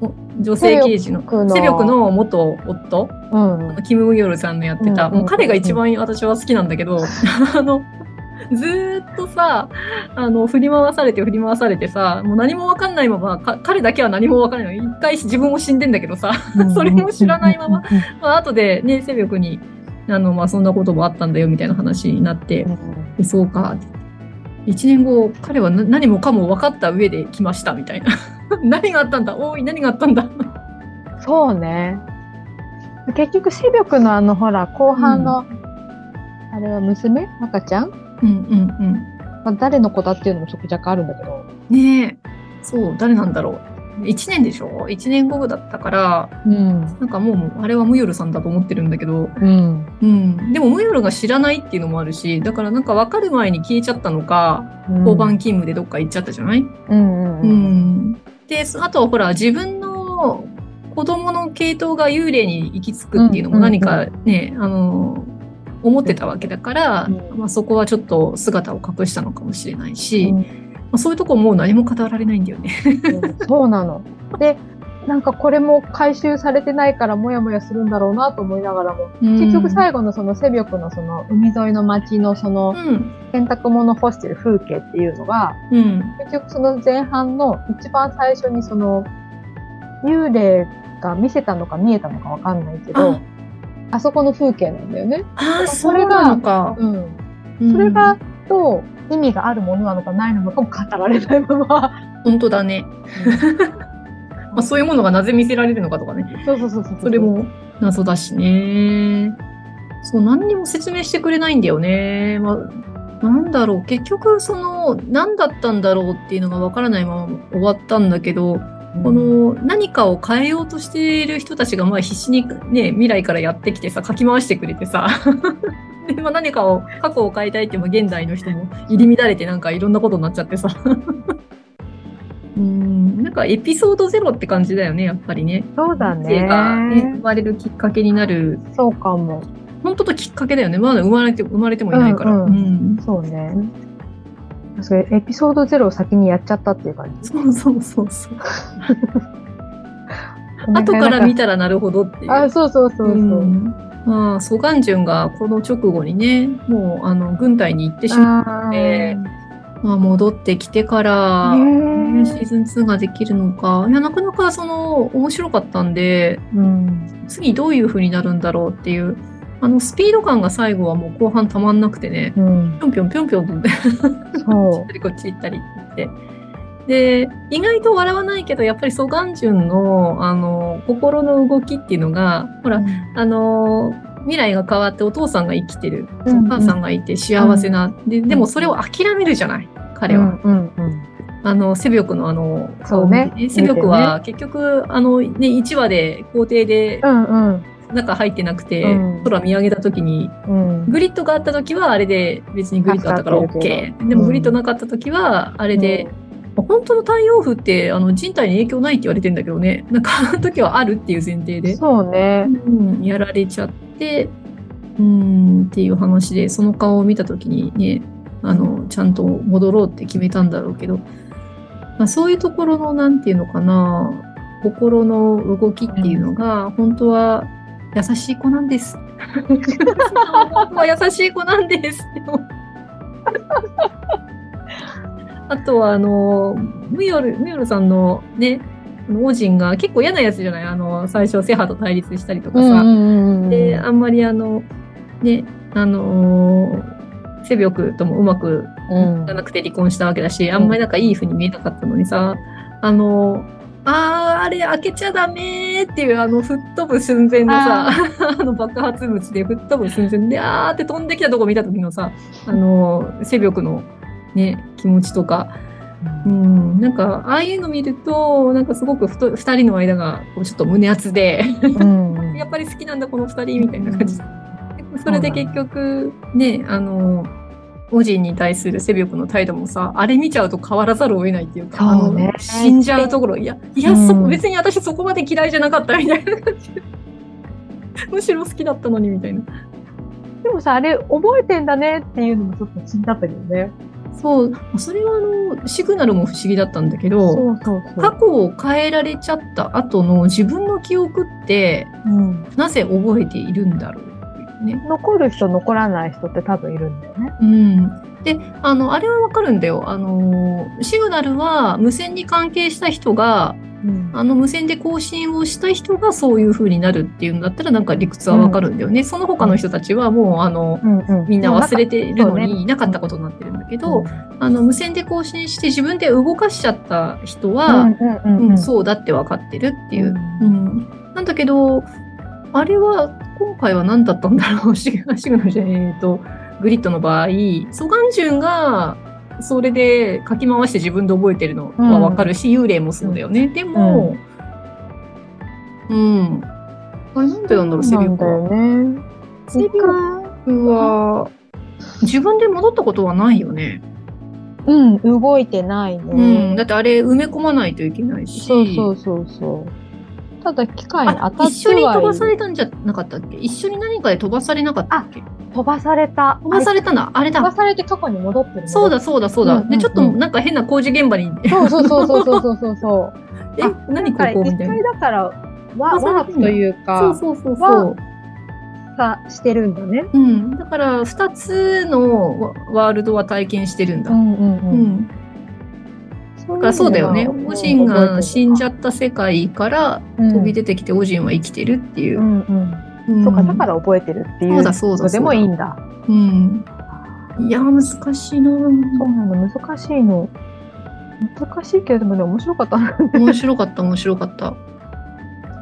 Speaker 1: お女性刑事の、
Speaker 2: 僕の。
Speaker 1: セリョク。の元夫、
Speaker 2: うん。
Speaker 1: キム・ウギョルさんのやってた、
Speaker 2: うんうんうんうん
Speaker 1: もう彼が一番私は好きなんだけど、あの、ずーっとさ、あの、振り回されて振り回されてさ、もう何もわかんないまま、か彼だけは何もわからない。一回自分も死んでんだけどさ、 それも知らないまま。まあ後でね、セビョクに、あの、まあそんなこともあったんだよみたいな話になって、えそうか。1年後、彼はな何もかも分かった上で来ましたみたいな。 何があったんだおい、何があったんだ
Speaker 2: そうね。結局、セビョクのあの、ほら、後半の、あれは娘赤ちゃ
Speaker 1: う
Speaker 2: ん、
Speaker 1: んうん
Speaker 2: まあ、誰の子だっていうのもちょくちょくあるんだけど。
Speaker 1: うん。ねえ。そう、誰なんだろう。1年でしょ ?1 年後だったから、
Speaker 2: うん。
Speaker 1: なんかもう、あれはムヨルさんだと思ってるんだけど、
Speaker 2: うん。
Speaker 1: うん。でもムヨルが知らないっていうのもあるし、だからなんか分かる前に消えちゃったのか、交番勤務でどっか行っちゃったじゃない
Speaker 2: うん。う。
Speaker 1: うんん、でそあとはほら自分の子供の系統が幽霊に行き着くっていうのも
Speaker 2: うんうんう
Speaker 1: 何
Speaker 2: ん
Speaker 1: かね、あの思ってたわけだから、
Speaker 2: うん
Speaker 1: まあ、そこはちょっと姿を隠したのかもしれないし、
Speaker 2: う
Speaker 1: ま
Speaker 2: ん
Speaker 1: あ、そういうとこもう何も語られないんだよね。
Speaker 2: そうなの。で、なんかこれも回収されてないからモヤモヤするんだろうなと思いながらも、結局最後のそのセビョクのその海沿いの町のその
Speaker 1: うん
Speaker 2: 洗濯物干してる風景っていうのが、
Speaker 1: うん
Speaker 2: 結局その前半の一番最初にその幽霊が見せたのか見えたのかわかんないけど
Speaker 1: あ、
Speaker 2: あそこの風景なんだよね。
Speaker 1: ああそ
Speaker 2: そうれが
Speaker 1: なのか。
Speaker 2: うん。それ
Speaker 1: う
Speaker 2: が
Speaker 1: ん、
Speaker 2: どう意味があるものなのかないのかも語られないまま。
Speaker 1: 本当だね、 まあ、そういうものがなぜ見せられるのかとかね
Speaker 2: そうそうそうそう。
Speaker 1: それ。も謎だしね。そう、何にも説明してくれないんだよね。まあ、なんだろう。結局、その、何だったんだろうっていうのがわからないまま終わったんだけど、この、何かを変えようとしている人たちが、まあ、必死にね、未来からやってきてさ、かき回してくれてさ。 でまあ、何かを、過去を変えたいって、まあ、現代の人も入り乱れて、なんかいろんなことになっちゃってさ。 うん、なんかエピソードゼロって感じだよね、やっぱりね。
Speaker 2: そうだ
Speaker 1: 人生が、ね、生
Speaker 2: ね。
Speaker 1: まれるきっかけになる
Speaker 2: そうかも。
Speaker 1: 本当ときっかけだよねまだ生まれて生まれてもいないから、
Speaker 2: うんう
Speaker 1: うん
Speaker 2: そうね。それエピソードゼロを先にやっちゃったっていう感じ。
Speaker 1: そうそうそうそう後から見たらなるほどっていう
Speaker 2: あ、そうそうそうそう。
Speaker 1: うんまあソガンジュンがこの直後にねもうあの軍隊に行ってしま
Speaker 2: あー
Speaker 1: えう、まあ、戻ってきてから、
Speaker 2: ねえ
Speaker 1: シーズン2ができるのかいやなかなかその面白かったんで
Speaker 2: うん。
Speaker 1: 次どういう風になるんだろうっていうあのスピード感が最後はもう後半たまんなくてね
Speaker 2: うん。
Speaker 1: ぴょんぴょんぴょんぴょんと
Speaker 2: そ
Speaker 1: こっち行ったりこっち行ったりって。で、意外と笑わないけど、やっぱりソガンジュンの、あの、心の動きっていうのが、ほ
Speaker 2: う。
Speaker 1: ら、あの、未来が変わってお父さんが生きてる、
Speaker 2: うんうん
Speaker 1: お母さんがいて幸せな、で、でもそれを諦めるじゃない、彼は。
Speaker 2: うんうん
Speaker 1: あの、セビョクのあの、
Speaker 2: そうね
Speaker 1: 顔を見てセビョクは結局、あの、ね、1話で校庭で
Speaker 2: うん。うん
Speaker 1: 中入ってなくて、
Speaker 2: うん
Speaker 1: 空見上げた時に
Speaker 2: うん。うん。
Speaker 1: グリッドがあった時はあれで別にグリッドあったから
Speaker 2: 助かってる
Speaker 1: OK。でもグリッドなかった時はあれで、本当の太陽風ってあの人体に影響ないって言われてんだけどね。なんかあの時はあるっていう前提で、
Speaker 2: そうね。
Speaker 1: うん、やられちゃって、うんっていう話で、その顔を見た時にね、あの、ちゃんと戻ろうって決めたんだろうけど、まあ、そういうところの、なんていうのかな、心の動きっていうのが、本当は優しい子なんです。本当は優しい子なんですって思う。あとは、あの、ムヨル、ムヨルさんのね、あの王人が結構嫌なやつじゃないあの、最初、セハと対立したりとかさ、
Speaker 2: ん
Speaker 1: で、あんまりあの、ね、あのーセビョクともうまくいかなくて離婚したわけだし、あんまりなんかいい風に見えなかったのにさ、あのーあー、あれ開けちゃダメーっていうあの吹っ飛ぶ寸前のさ、 あの爆発物で吹っ飛ぶ寸前で、あーって飛んできたとこ見た時のさ、あのーセビョクのね、気持ちとか、うん、なんか、ああいうの見ると、なんかすごくふと二人の間が、こうちょっと胸熱で、
Speaker 2: うん
Speaker 1: やっぱり好きなんだこの二人みたいな感じでそれで結局ねあのオジンに対するセビョクの態度もさあれ見ちゃうと変わらざるを得ないっていうか
Speaker 2: そうね
Speaker 1: あの死んじゃうところいやいや、
Speaker 2: うん
Speaker 1: そ別に私そこまで嫌いじゃなかったみたいな 感じでむしろ好きだったのにみたいな
Speaker 2: でもさ、あれ覚えてんだねっていうのもちょっと気になったけどね。
Speaker 1: そうそれはあのシグナルも不思議だったんだけど
Speaker 2: うそう
Speaker 1: 過去を変えられちゃった後の自分の記憶って
Speaker 2: うん、
Speaker 1: なぜ覚えているんだろうっていうね
Speaker 2: 残る人、残らない人って多分いるんだよね。
Speaker 1: うん、で、あの、あれはわかるんだよ。あの、シグナルは無線に関係した人が、
Speaker 2: うん
Speaker 1: あの無線で更新をした人がそういう風になるっていうんだったらなんか理屈はわかるんだよね。その他の人たちはもうあの、
Speaker 2: うんうん
Speaker 1: みんな忘れてるの
Speaker 2: そう
Speaker 1: になかったことになってるんだけど、
Speaker 2: うん
Speaker 1: あの無線で更新して自分で動かしちゃった人
Speaker 2: う
Speaker 1: は、
Speaker 2: んうん
Speaker 1: うん
Speaker 2: うんうん、
Speaker 1: そうだって分かってるっていう。
Speaker 2: う
Speaker 1: うんなんだけどあれは今回は何だったんだろうシグシグナルじゃないえーとグリッドの場合ソガンジュンがそれでかき回して自分で覚えてるのは分かるし、幽霊もそうだよね。でも、うん、あれなんでなんだろうセ
Speaker 2: な
Speaker 1: リ
Speaker 2: ん
Speaker 1: フ
Speaker 2: だ
Speaker 1: は。
Speaker 2: よね。
Speaker 1: セリフは自分で戻ったことはないよね。
Speaker 2: うん、動いてないね。
Speaker 1: うん、だってあれ埋め込まないといけないし。
Speaker 2: そうそうそうそう。ただ機械に当
Speaker 1: あ
Speaker 2: たっ
Speaker 1: 一緒
Speaker 2: て
Speaker 1: に
Speaker 2: は
Speaker 1: 飛ば
Speaker 2: い
Speaker 1: さ
Speaker 2: る
Speaker 1: れたんじゃなかったっけ一緒に何かで飛ばされなかったっけ飛
Speaker 2: 飛ばされた。
Speaker 1: ばさ
Speaker 2: れ
Speaker 1: れたな、あれ
Speaker 2: 飛ば
Speaker 1: だ。
Speaker 2: されて過去に戻ってる。
Speaker 1: そう。だそうだそうだ。
Speaker 2: うんうんうん
Speaker 1: で、ちょっとなんか変な工事現場に、
Speaker 2: そうそうそうそうそうそうそう。
Speaker 1: え
Speaker 2: あ、
Speaker 1: 何
Speaker 2: 今
Speaker 1: こ
Speaker 2: 回
Speaker 1: こ
Speaker 2: 一
Speaker 1: みたい
Speaker 2: 回
Speaker 1: な。
Speaker 2: だからワ
Speaker 1: 飛ばされてんだ
Speaker 2: ワープという
Speaker 1: そう
Speaker 2: か
Speaker 1: そうそうそう。
Speaker 2: さしてるんだね。
Speaker 1: うん。だから、2つのワワールドは体験してるんだ。
Speaker 2: んうん
Speaker 1: う。ん。だからそうだよね。オジンが死んじゃった世界から飛び出てきて、オジンは生きてるってい
Speaker 2: てう
Speaker 1: う。
Speaker 2: んうん。
Speaker 1: うん
Speaker 2: とかだから覚えてるってい
Speaker 1: そう
Speaker 2: う
Speaker 1: だそうだ。
Speaker 2: のでもいいんだ。
Speaker 1: うん。いや、難しいな
Speaker 2: そうなの難しいの。難しいけれどもね面白かったな。
Speaker 1: 面白かった、面白かった。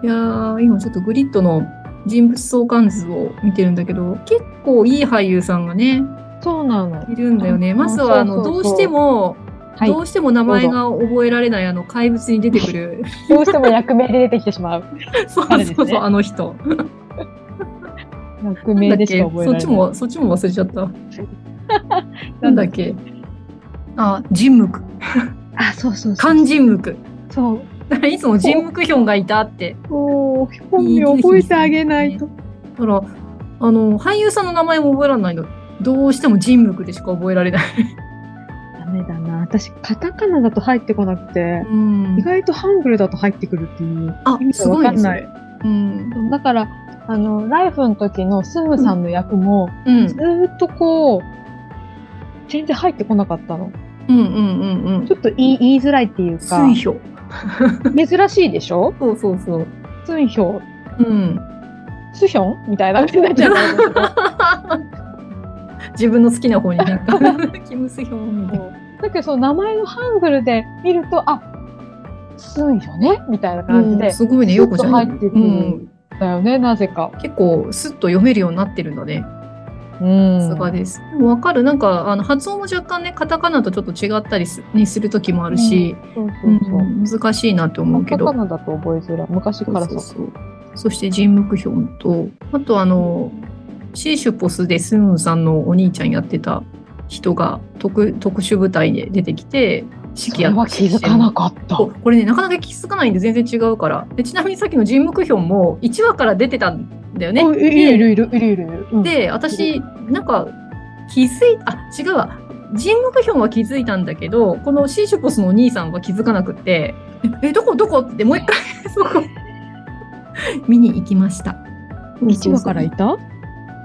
Speaker 1: いやー、今ちょっとグリッドの人物相関図を見てるんだけど、結構いい俳優さんがね、
Speaker 2: そうなの。
Speaker 1: いるんだよね。
Speaker 2: うん
Speaker 1: まずは、あの、
Speaker 2: そうそう
Speaker 1: ど
Speaker 2: そう
Speaker 1: うしても、
Speaker 2: はい。
Speaker 1: どうしても名前が覚えられない、あの、怪物に出てくる、
Speaker 2: どうしても役名で出てきてしまう。
Speaker 1: そう
Speaker 2: 彼です
Speaker 1: そうそう、
Speaker 2: ね
Speaker 1: あの人。なんだ
Speaker 2: 役名
Speaker 1: っ
Speaker 2: で
Speaker 1: け
Speaker 2: しか覚え
Speaker 1: そ
Speaker 2: ら
Speaker 1: っ
Speaker 2: れ
Speaker 1: ち
Speaker 2: ない。
Speaker 1: も、そっちも忘れちゃった。なんだっけあ、人目。
Speaker 2: あ、そうそうそう。
Speaker 1: 漢人目。
Speaker 2: そう。
Speaker 1: いつも人目ヒョンがいたって。
Speaker 2: おー本名覚えてあげないと。
Speaker 1: だから、あの、俳優さんの名前も覚えられないの。どうしても人目でしか覚えられない。
Speaker 2: ダメだな。私、カタカナだと入ってこなくて、
Speaker 1: うん
Speaker 2: 意外とハングルだと入ってくるっていう。
Speaker 1: あ
Speaker 2: 意、味
Speaker 1: す
Speaker 2: が
Speaker 1: ご
Speaker 2: わ
Speaker 1: い
Speaker 2: か
Speaker 1: で
Speaker 2: ん
Speaker 1: す
Speaker 2: ない
Speaker 1: ね。うん。
Speaker 2: だから、あの、ライフの時のスムさんの役も、
Speaker 1: うん。
Speaker 2: ずーっとこう、全然入ってこなかったの。
Speaker 1: うんうんうんうん
Speaker 2: ち。ょっと言い言いづらいっていうか、
Speaker 1: 水氷。
Speaker 2: 珍しいでしょ
Speaker 1: そうそうそう。
Speaker 2: スンヒョウ、
Speaker 1: うん。
Speaker 2: スヒョンみたいな感じになっちゃうから
Speaker 1: 自分の好きな方に変化。 キムスヒョンみたいな。
Speaker 2: だけど、その名前のハングルで見ると、あ、スンヒョねみたいな感じで
Speaker 1: うん、すごいね、ようこちゃん。
Speaker 2: スッと入ってくる
Speaker 1: うん
Speaker 2: だよね、なぜか。
Speaker 1: 結構、スッと読めるようになってるんだね。
Speaker 2: うん
Speaker 1: さすがです。でもわかる。なんか、あの、発音も若干ね、カタカナとちょっと違ったりすにするときもあるし、
Speaker 2: そう
Speaker 1: う
Speaker 2: そうそう。
Speaker 1: ん難しいなと思うけ
Speaker 2: カ
Speaker 1: ど
Speaker 2: タカ。ナだと覚えづらい。昔から
Speaker 1: そ
Speaker 2: そうう。
Speaker 1: そうそうそして人目標とあとあのシーシュポスでスンウンさんのお兄ちゃんやってた人が特特殊部隊で出てきて指
Speaker 2: そ
Speaker 1: 揮
Speaker 2: れ
Speaker 1: や
Speaker 2: は
Speaker 1: っ
Speaker 2: 気づかな
Speaker 1: か
Speaker 2: かった。
Speaker 1: これねなかなか気づかないんで全然違うからでちなみにさっきの人目標も1話から出てたんだよね
Speaker 2: うんいるいるいるいるいる。うん、
Speaker 1: で私なんか気づいあ違うわ人目標は気づいたんだけどこのシーシュポスのお兄さんは気づかなくって「ええどこどこ?」ってもう一回そこ見に行きました
Speaker 2: 一話からいた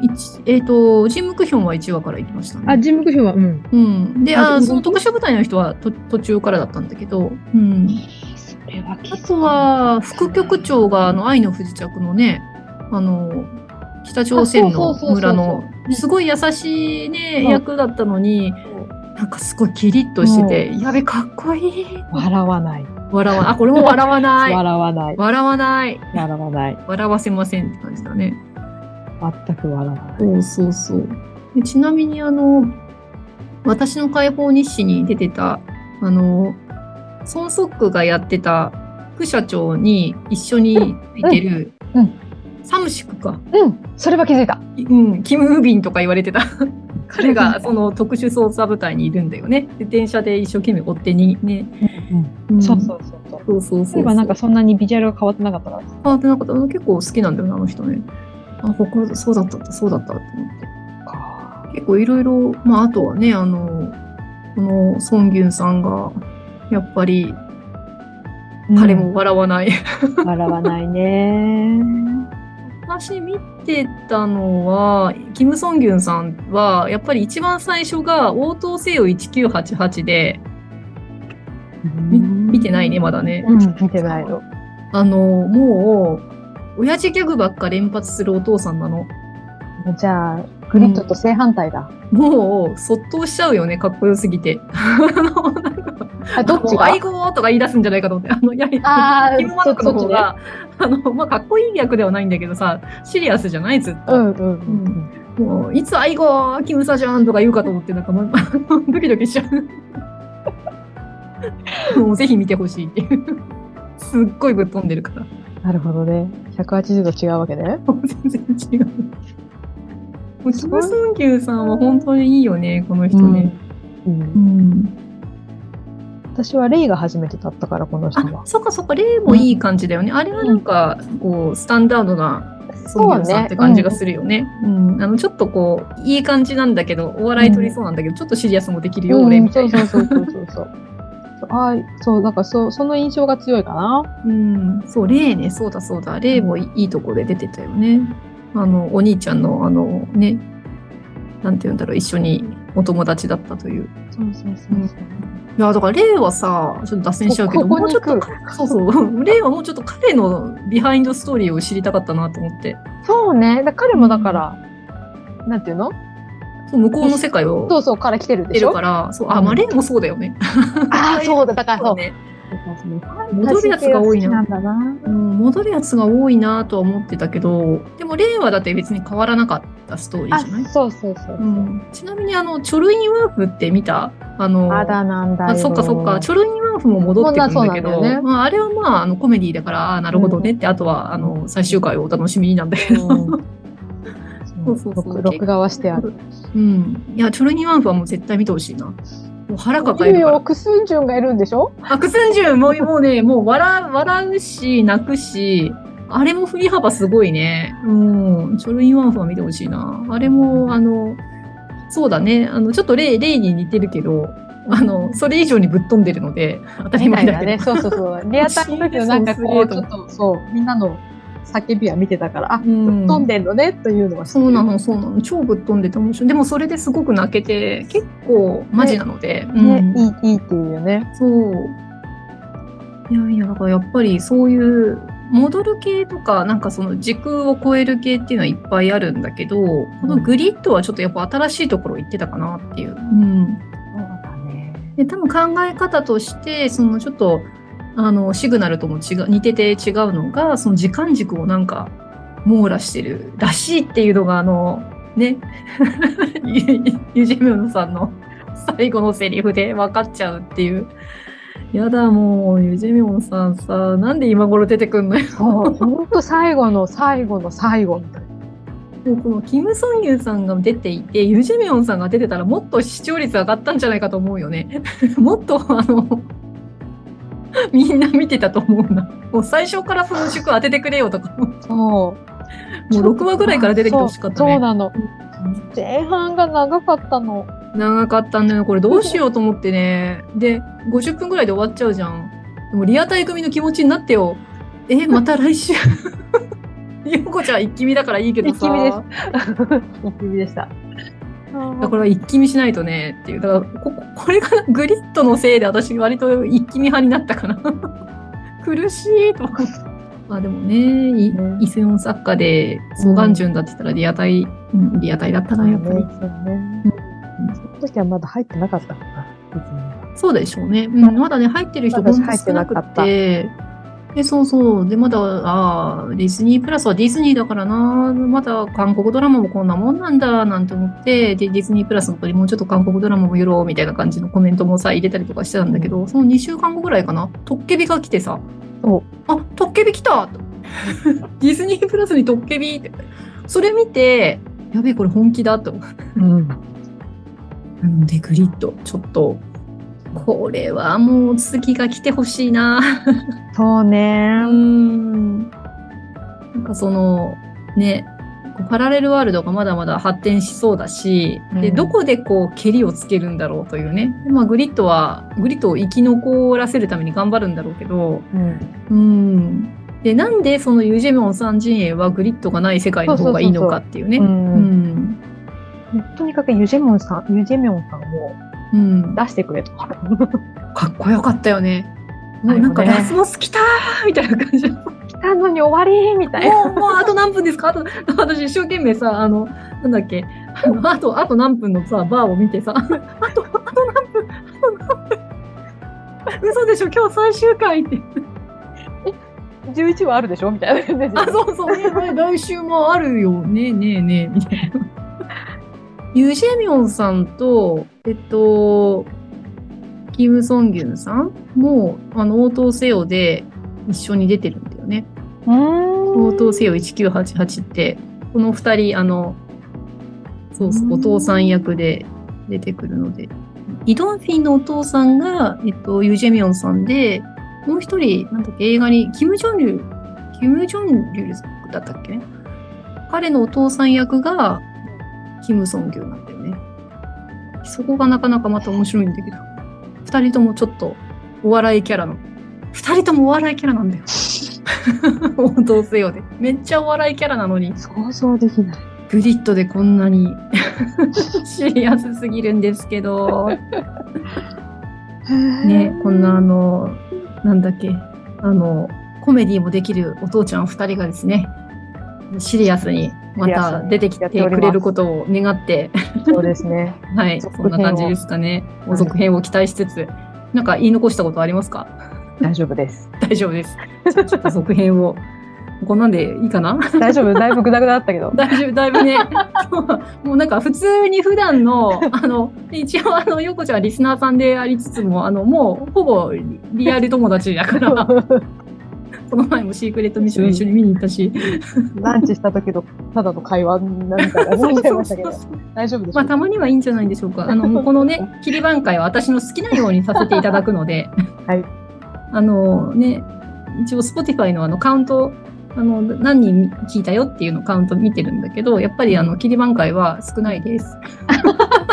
Speaker 1: 一えっ、と人目標は1話から行きましたね
Speaker 2: あ、ジムクヒョは、うん。
Speaker 1: うん、で
Speaker 2: あ
Speaker 1: あ
Speaker 2: で
Speaker 1: その特殊部隊の人はと途中からだったんだけど、うん、
Speaker 2: それは気
Speaker 1: あとは副局長があの愛の不時着のねあの北朝鮮の村のすごい優しいね
Speaker 2: うん
Speaker 1: 役だったのになんかすごいキリッとしててやべかっこいい
Speaker 2: 笑わない。
Speaker 1: 笑わあこれも笑わない
Speaker 2: 笑わない。
Speaker 1: 笑わない
Speaker 2: 笑わない。
Speaker 1: 笑わせませんって感じだね
Speaker 2: 全く笑わない。
Speaker 1: そうそうそうでちなみにあの私の解放日誌に出てたあのソン・ソックがやってた副社長に一緒についてる、
Speaker 2: うんうん
Speaker 1: サムシクか、
Speaker 2: うん、それは気づいた。
Speaker 1: うん、キム・ウビンとか言われてた 彼がその特殊捜査部隊にいるんだよねで電車で一生懸命追ってにね、
Speaker 2: う
Speaker 1: う
Speaker 2: ん
Speaker 1: ん
Speaker 2: そうそうそうそう。
Speaker 1: そうそうそう
Speaker 2: 例えばなんかそんなにビジュアルが変わってなかったから。
Speaker 1: あでなんか結構好きなんだよねあの人ねあここそうだったそうだったと思って結構いろいろ、まあ、あとはね、あの、このソン・ギュンさんが、やっぱり彼も笑わない。
Speaker 2: うん笑わないね。
Speaker 1: 私見てたのは、キム・ソンギュンさんは、やっぱり一番最初が応答せよ1988で、み見てないね、まだね。
Speaker 2: うん、見てないの。
Speaker 1: あの、もう、親父ギャグばっか連発するお父さんなの。
Speaker 2: じゃあ、グリッドと正反対だ。
Speaker 1: もう、そっとしちゃうよね、かっこよすぎて。あの、なんか、
Speaker 2: あどっ
Speaker 1: も
Speaker 2: ち
Speaker 1: う
Speaker 2: が
Speaker 1: 愛語とか言い出すんじゃないかと思って、あの、いやいや、
Speaker 2: あー
Speaker 1: キム・マ
Speaker 2: そ
Speaker 1: ナ
Speaker 2: っ
Speaker 1: コ
Speaker 2: ち
Speaker 1: の方が、あの、まあ、かっこいい役ではないんだけどさ、シリアスじゃないずっ
Speaker 2: う
Speaker 1: と。
Speaker 2: んうんうん。
Speaker 1: もう、いつ愛語キムサジャンとか言うかと思って、なんか、ま、 ドキドキしちゃう。 もう、ぜひ見てほしいっていう。すっごいぶっ飛んでるから。
Speaker 2: なるほどね。180度違うわけね。
Speaker 1: もう全然違う。もう、キム・ソンキューさんは本当にいいよね、この人ね。
Speaker 2: うん
Speaker 1: うん。
Speaker 2: 私はレイが初めてだったから、この人
Speaker 1: あ
Speaker 2: は、。
Speaker 1: そっかそっか、例もいい感じだよね。あれはなんか、こう、スタンダードなソンギョさんって感じがするよね。うん、あの、ちょっとこう、いい感じなんだけど、お笑い取りそうなんだけど、ちょっとシリアスもできるよ、俺、みたいな。
Speaker 2: うんそうそうそうそうそう。そうあーそう、なんかそう、その印象が強いかな。
Speaker 1: うん、そう、レイね、そうだそうだ、レイもいいとこで出てたよね。あの、お兄ちゃんの、あの、ね、なんて言うんだろう、一緒にお友達だったという。
Speaker 2: そうそうそ
Speaker 1: うんいや、だからレイはさ、ちょっと脱線しちゃうけど、
Speaker 2: こここ
Speaker 1: もう
Speaker 2: こに
Speaker 1: ちょっ
Speaker 2: 来
Speaker 1: と
Speaker 2: る、
Speaker 1: そうそう、 レイはもうちょっと彼のビハインドストーリーを知りたかったなと思って、
Speaker 2: そうね。だ彼もだから、なんていうの
Speaker 1: そう向こうの世界を
Speaker 2: そうそう、から来てる
Speaker 1: 知っ
Speaker 2: で
Speaker 1: て
Speaker 2: し
Speaker 1: る
Speaker 2: ょ
Speaker 1: から、そう、あ、まあレイもそうだよね。
Speaker 2: ああ、そうだ。だからそう。
Speaker 1: ね。戻
Speaker 2: 戻
Speaker 1: るやつが多いな
Speaker 2: なんだな。
Speaker 1: うん、戻るやつが多いなとは思ってたけど、でも令和だって別に変わらなかったストーリー
Speaker 2: あ
Speaker 1: じゃない、
Speaker 2: そうそうそう。
Speaker 1: うん、ちなみにあの、チョルインワーフって見たあの、
Speaker 2: まだなんだよ。
Speaker 1: あそっかそっか、チョルインワーフも戻ってくるんだけど、
Speaker 2: そうなんだよね
Speaker 1: まあ、あれはまあ、あの、コメディだから、ああなるほどねって、あとは、あの、最終回をお楽しみになんだけど。
Speaker 2: うん
Speaker 1: そうそうそう
Speaker 2: 録録画はしてある。
Speaker 1: うん。いや、チョルインワーフはもう絶対見てほしいな。もう腹抱え
Speaker 2: い
Speaker 1: る
Speaker 2: る
Speaker 1: から
Speaker 2: よ、。クスンジュンがいるんでしょ
Speaker 1: アクセンジュもう、もうね、もう笑う、笑うし、泣くし、あれも振り幅すごいね。うん。チョルインワンフは見てほしいな。あれも、あの、そうだね。あの、ちょっと例、例に似てるけど、あの、それ以上にぶっ飛んでるので、当たり
Speaker 2: み
Speaker 1: 前
Speaker 2: たい
Speaker 1: だ
Speaker 2: な
Speaker 1: けど。
Speaker 2: ね。そうそう そう。リアタイムだけど、なんかこう、ちょっと、そう、みんなの叫びは見てたから、あ、
Speaker 1: うん
Speaker 2: 飛んでんのね、というのは知って
Speaker 1: そ
Speaker 2: る
Speaker 1: うなの、そうなの。超ぶっ飛んでて面白い。でもそれですごく泣けて、結構マジなので。うん
Speaker 2: ね、いい、いいっていうよね。
Speaker 1: そう。いやいや、だからやっぱりそういう、戻る系とか、なんかその時空を超える系っていうのはいっぱいあるんだけど、このグリッドはちょっとやっぱ新しいところ行ってたかなっていう。うん。
Speaker 2: そうだね。
Speaker 1: で、多分考え方として、そのちょっと、あの、シグナルとも違う、似てて違うのが、その時間軸をなんか、網羅してるらしいっていうのが、あの、ね、 ユユジェミョンさんの最後のセリフで分かっちゃうっていう。やだ、もう、ユジェミョンさんさ、なんで今頃出てくんのよ。
Speaker 2: そう、ほんと最後の最後の最後みたいな。
Speaker 1: もうこのキム・ソンユさんが出ていて、ユジェミョンさんが出てたらもっと視聴率上がったんじゃないかと思うよね。 もっとあの、みんな見てたと思うな。もう最初からその軸当ててくれよとか、も
Speaker 2: そう。
Speaker 1: う6話ぐらいから出てきてほしかった
Speaker 2: そうそ
Speaker 1: ね。
Speaker 2: うなの。前半が長かっ たの。
Speaker 1: 長かったんだよ。これどうしようと思ってね。で、50分ぐらいで終わっちゃうじゃん。でもリアタイ組の気持ちになってよ。え、また来週。 ゆうこちゃん一気見だからいいけどさ。
Speaker 2: 一気見です一気見でした。
Speaker 1: だから一気見しないとねっていう。だからこ、これがグリッドのせいで私割と一気見派になったかな。 苦しいと思って。まあでもね、い
Speaker 2: ね
Speaker 1: 伊勢音作家で、ソガンジュンだって言ったらリアタイ、うん、リアタイだったな、やっぱり。
Speaker 2: そうね。その時はまだ入ってなかったから。
Speaker 1: そうでしょうね。うん、まだね、入ってる人
Speaker 2: まだ
Speaker 1: 本当少なくて。で、そうそう。で、まだ、ああ、ディズニープラスはディズニーだからな、まだ韓国ドラマもこんなもんなんだ、なんて思って、で、ディズニープラスの方にもうちょっと韓国ドラマもやろう、みたいな感じのコメントもさ、入れたりとかしてたんだけど、その2週間後ぐらいかな、トッケビが来てさ
Speaker 2: お、
Speaker 1: あ、トッケビ来 たディズニープラスにトッケビって。それ見て、やべえ、これ本気だと思って
Speaker 2: うん。
Speaker 1: なので、グリッド、ちょっと、これはもう次が来てほしいな。
Speaker 2: そう
Speaker 1: う
Speaker 2: ね。
Speaker 1: ん。なんかその、ね、こうパラレルワールドがまだまだ発展しそうだし、で、
Speaker 2: うん
Speaker 1: どこでこう、蹴りをつけるんだろうというね。でまあ、グリッドは、グリッドを生き残らせるために頑張るんだろうけど、
Speaker 2: うん。
Speaker 1: うん。で、なんでそのユジェミョンさん陣営はグリッドがない世界の方がいいのかっていうね。
Speaker 2: う
Speaker 1: うんん。
Speaker 2: とにかくユジェミョンさん、ユジェミョンさんを
Speaker 1: うん。
Speaker 2: 出してくれと。
Speaker 1: かっこよかったよね。
Speaker 2: も
Speaker 1: も
Speaker 2: う
Speaker 1: う
Speaker 2: な
Speaker 1: なんん
Speaker 2: か
Speaker 1: か
Speaker 2: ね
Speaker 1: ラスボス来たーみたいな感じ。も
Speaker 2: 来たのに終わりみたいな。
Speaker 1: う、もうあと何分ですかあと、 私一生懸命さ、あの、なんだっけ、あの、あと、あと何分のさ、バーを見てさ、あと、あと何分、あと何分。嘘でしょ今日最終回って。
Speaker 2: 11話あるでしょみたいな感じで
Speaker 1: あ、そうそう、ね、来週もあるよ。ねえねえねえ、みたいな。ユジェミョンさんと、えっと、キム・ソンギュンさんも、あの、応答せよで一緒に出てるんだよね。
Speaker 2: うー
Speaker 1: 応
Speaker 2: ん。
Speaker 1: 答せよ1988って、この二人、あの、そうそうう、
Speaker 2: ん
Speaker 1: お父さん役で出てくるので。イドンフィンのお父さんが、えっと、ユジェミョンさんで、もう一人、なんだっけ、映画に、キム・ジョンリュウ、キム・ジョンリュウだったっけね。彼のお父さん役が、キム・ソンギュなんだよね。そこがなかなかまた面白いんだけど。二人ともちょっと、お笑いキャラの。二人ともお笑いキャラなんだよ。 応答せよで。めっちゃお笑いキャラなのに、
Speaker 2: 想像できない。
Speaker 1: グリッドでこんなに シリアスすぎるんですけど、ね、こんなあの、なんだっけ、あの、コメディもできるお父ちゃん二人がですね、シリアスにまた出てきてくれることを願って、
Speaker 2: そうですね。
Speaker 1: はい、
Speaker 2: 続
Speaker 1: そ
Speaker 2: 編を
Speaker 1: んな感じですかね。
Speaker 2: はい
Speaker 1: お続編を期待しつつ、なんか言い残したことありますか
Speaker 2: 大丈夫です。
Speaker 1: 大丈夫です。じゃあちょっと続編を。こんなんでいいかな
Speaker 2: 大丈夫だいぶグダグダだった けど。
Speaker 1: 大丈夫、だいぶね。 今日はもうなんか普通に普段 の、あの、一応あの、ヨコちゃんはリスナーさんでありつつも、あの、もうほぼリリアル友達だから、この前もシークレットミッション一緒に見に行ったし、
Speaker 2: ランチした時とただの会話になるから思っちゃいました けど大丈夫です
Speaker 1: まあ、たまにはいいんじゃないでしょうか。あの、もうこのね、切り挽回は私の好きなようにさせていただくので、
Speaker 2: はい。
Speaker 1: あのね、一応 Spotify のあのカウント、あの、何人聞いたよっていうのカウント見てるんだけど、やっぱりあの、切り挽回は少ないです。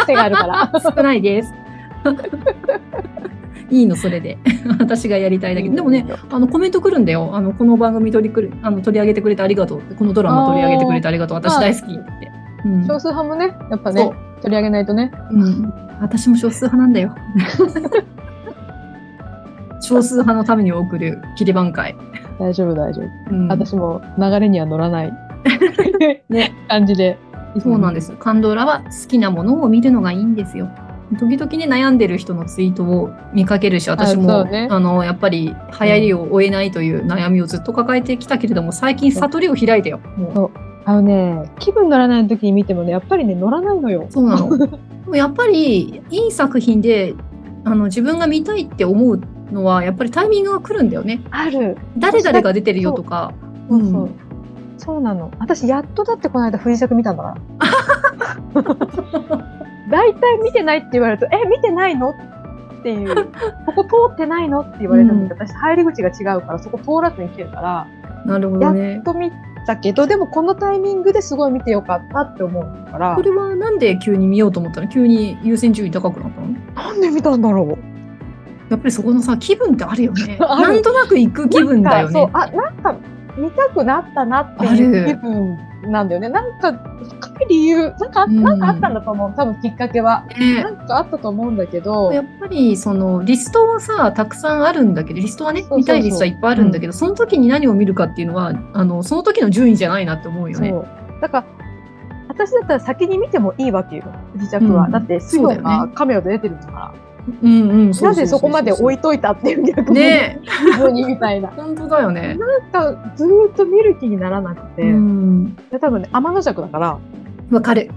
Speaker 2: 手があるから
Speaker 1: 少ないです。 いいの、それで。 私がやりたいだけでもね、あの、コメント来るんだよ。あの、この番組取りくるあの取り上げてくれてありがとうって。このドラマ取り上げてくれてありがとう。私大好きって。うん
Speaker 2: 少数派もねやっぱね
Speaker 1: そう
Speaker 2: 取り上げないとね
Speaker 1: うん、私も少数派なんだ よ。少数派のために送る切り挽回。
Speaker 2: 大丈夫大丈夫、
Speaker 1: うん、
Speaker 2: 私も流れには乗ら ない
Speaker 1: ね
Speaker 2: 感じで
Speaker 1: そうなんです。カンドラは好きなものを見るのがいいんですよ。時々ね、悩んでる人のツイートを見かけるし、私
Speaker 2: あそ
Speaker 1: も、
Speaker 2: うね
Speaker 1: あの、やっぱり、流行りを追えないという悩みをずっと抱えてきたけれども、最近悟りを開いたよ。もう
Speaker 2: あのね気分乗らない時に見てもねやっぱりね乗らないのよ
Speaker 1: そうなの。で もやっぱり、いい作品で、あの、自分が見たいって思うのは、やっぱりタイミングが来るんだよね。
Speaker 2: ある
Speaker 1: 誰々が出てるよとか。
Speaker 2: そう
Speaker 1: うん
Speaker 2: そう、そうなの私やっとだってこの間藤作見たんだ から大体見てないって言われると「え見てないの?」っていう「ここ通ってないの?」って言われたんだけど、私入り口が違うからそこ通らずに来てるから
Speaker 1: なるほどね
Speaker 2: やっ。と見たけどでもこのタイミングですごい見てよかったって思うから
Speaker 1: これはなんで急に見ようと思ったの急に優先順位高くなったの
Speaker 2: なんで見たんだろう
Speaker 1: やっぱりそこのさ、気分ってあるよね。
Speaker 2: ある
Speaker 1: なんとなく行く気分だよ
Speaker 2: なん
Speaker 1: ね
Speaker 2: か。そうあなんか見たくなったなっていう
Speaker 1: あ
Speaker 2: 気
Speaker 1: る
Speaker 2: 分なんだよねなんか深い理由なんか,、
Speaker 1: うん
Speaker 2: なんかあったんだと思う多分きっかけは。
Speaker 1: ね
Speaker 2: なんかあったと思うんだけど、
Speaker 1: やっぱりそのリストはさたくさんあるんだけどリストはね
Speaker 2: そうそう
Speaker 1: 見たいリストはいっぱいあるんだけどその時に何を見るかっていうのはあのその時の順位じゃないなって思うよ
Speaker 2: そ
Speaker 1: ね。
Speaker 2: う。だから、私だったら先に見てもいいわけよ、自着は。
Speaker 1: うん
Speaker 2: だって、すぐ
Speaker 1: そうだよ
Speaker 2: がカメラで出てるんだから。
Speaker 1: うんうん、う
Speaker 2: なぜそこまで置
Speaker 1: い
Speaker 2: いといたっていう逆に、
Speaker 1: ね え
Speaker 2: 自分にみたいな。
Speaker 1: 本当だよね。
Speaker 2: なんか、ずーっと見る気にならなくて。
Speaker 1: うん
Speaker 2: で多分ね、天の尺だから、
Speaker 1: わかる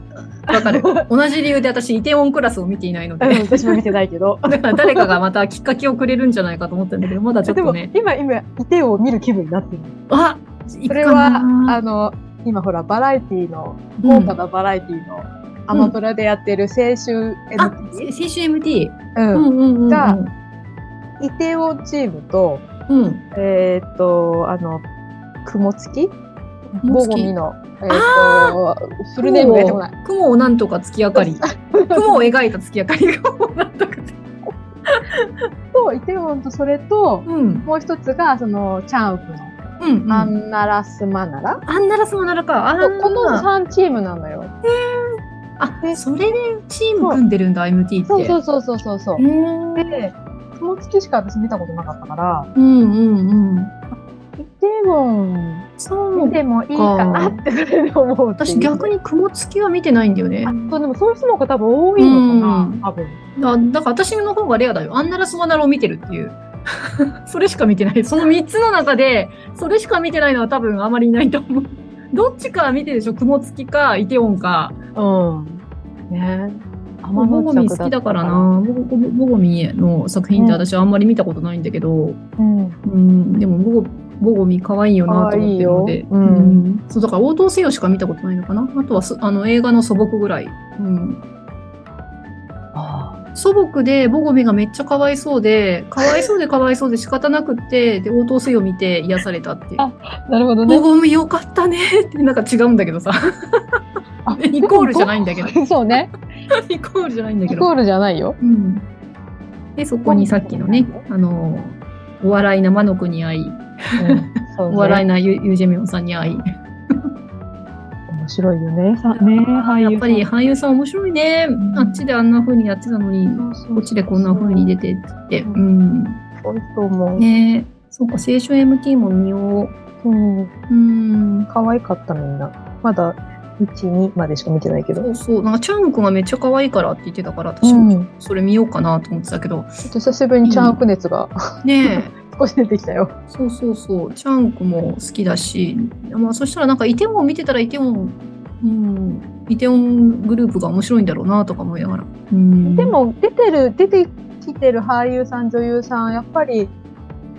Speaker 1: わ かる同じ理由で私イテウォンクラスを見ていないの
Speaker 2: うん
Speaker 1: で
Speaker 2: 私も見てないけど。
Speaker 1: だから誰かがまたきっかけをくれるんじゃないかと思ったんだけどま だちょっ
Speaker 2: で
Speaker 1: と
Speaker 2: も、
Speaker 1: ね
Speaker 2: 今、今、イテウを見る気分になってる。
Speaker 1: あ行
Speaker 2: そ
Speaker 1: く
Speaker 2: れ
Speaker 1: か
Speaker 2: は、
Speaker 1: な
Speaker 2: あの、今ほら、バラエティの、
Speaker 1: うん
Speaker 2: 豪華なバラエティの、アマプラでやってる青春
Speaker 1: あ青
Speaker 2: NT、、
Speaker 1: 春 MT。
Speaker 2: うん
Speaker 1: うんうんうんうん。
Speaker 2: がイテウォンチームと、
Speaker 1: うん。
Speaker 2: えーっと、あの、雲付き
Speaker 1: 雲
Speaker 2: ボ
Speaker 1: 付
Speaker 2: ゴ
Speaker 1: き
Speaker 2: ミの、えーっと、フルネームが出てこない。
Speaker 1: 雲をなんとか月明 かり。雲を描いた月明かりが。雲をなんとか月
Speaker 2: と、イテウォンとそれと、
Speaker 1: うん。
Speaker 2: もう一つが、その、チャンウクの
Speaker 1: ううん、うん。
Speaker 2: ア
Speaker 1: あ
Speaker 2: ンナラスマナラ、
Speaker 1: んならそうならか。あ
Speaker 2: そ
Speaker 1: ー
Speaker 2: うこの3チームなのよ。
Speaker 1: あ、
Speaker 2: で
Speaker 1: それでチーム組んでるんだ、MT って。
Speaker 2: そうそうそうそうそうそう
Speaker 1: へ。ー
Speaker 2: で、その月しか私見たことなかったから、
Speaker 1: うんうんうん。
Speaker 2: イテウォン
Speaker 1: そう
Speaker 2: 見。てもいいかなってそれで思うっていう
Speaker 1: 私逆に雲付きは見てないんだよね
Speaker 2: あ。そうでもそういう人の方が多分多いのかな、
Speaker 1: うん
Speaker 2: 多分。
Speaker 1: あだから私の方がレアだよ。あんならスマナラを見てるっていう。 それしか見てない。その3つの中で、それしか見てないのは多分あまりいないと思う。 どっちか見てるでしょ雲付きか、イテウォンか。
Speaker 2: うん。ね。
Speaker 1: ボ
Speaker 2: 天の
Speaker 1: ゴ
Speaker 2: 鬼
Speaker 1: ミ好きだから。な。ボゴボゴミの作品って私はあんまり見たことないんだけど、
Speaker 2: うん。
Speaker 1: うん、でもボゴ、ボゴミ可愛いよなと思ってるので。
Speaker 2: 可愛いようん
Speaker 1: うんそう、だから応答せよしか見たことないのかな。あとはすあの映画の素朴ぐらい。うん。
Speaker 2: あ
Speaker 1: 素朴でボゴメがめっちゃかわいそうで、かわいそうでか わいそうで仕方なくって、で、応答せよ見て癒されたっていう。
Speaker 2: あーなるほど
Speaker 1: ボ
Speaker 2: ね。
Speaker 1: ゴメよかったねって、なんか違うんだけどさ。
Speaker 2: あ
Speaker 1: イコールじゃないんだけど。
Speaker 2: そうね。
Speaker 1: イコールじゃないんだけ
Speaker 2: イ
Speaker 1: ど。
Speaker 2: コールじゃないよ。
Speaker 1: うん。で、そこにさっきのね、あの、お笑いな魔の国に会い、
Speaker 2: うん、そう
Speaker 1: お
Speaker 2: ね
Speaker 1: 笑いなユユージェミョンさんに会い。
Speaker 2: 面白いよね。さね俳優さ
Speaker 1: や
Speaker 2: ん
Speaker 1: っぱり俳優さん面白いね。あっちであんな風にやってたのに、
Speaker 2: そうそう
Speaker 1: こっちでこんな風に出てって。うん。
Speaker 2: 多いと思う。
Speaker 1: ねえ、そうか、青春 MT も見よう。
Speaker 2: うん。
Speaker 1: うん。
Speaker 2: 可愛かったみんな。まだ1、2までしか見てないけど。
Speaker 1: そうそう。なんか、チャームくんがめっちゃ可愛いからって言ってたから、私
Speaker 2: う
Speaker 1: も
Speaker 2: ん。
Speaker 1: それ見ようかなと思ってたけど。
Speaker 2: ちょっと久しぶりにチャーク熱が
Speaker 1: ねえ、
Speaker 2: 少し出てきたよ。
Speaker 1: そうそうそう。チャンクも好きだし、まあ、そしたらなんか、イテウォン見てたらイテウォン、うん、イテウォングループが面白いんだろうなとか思いながら。うん。
Speaker 2: で、も出てる、出てきてる俳優さん、女優さん、やっぱり、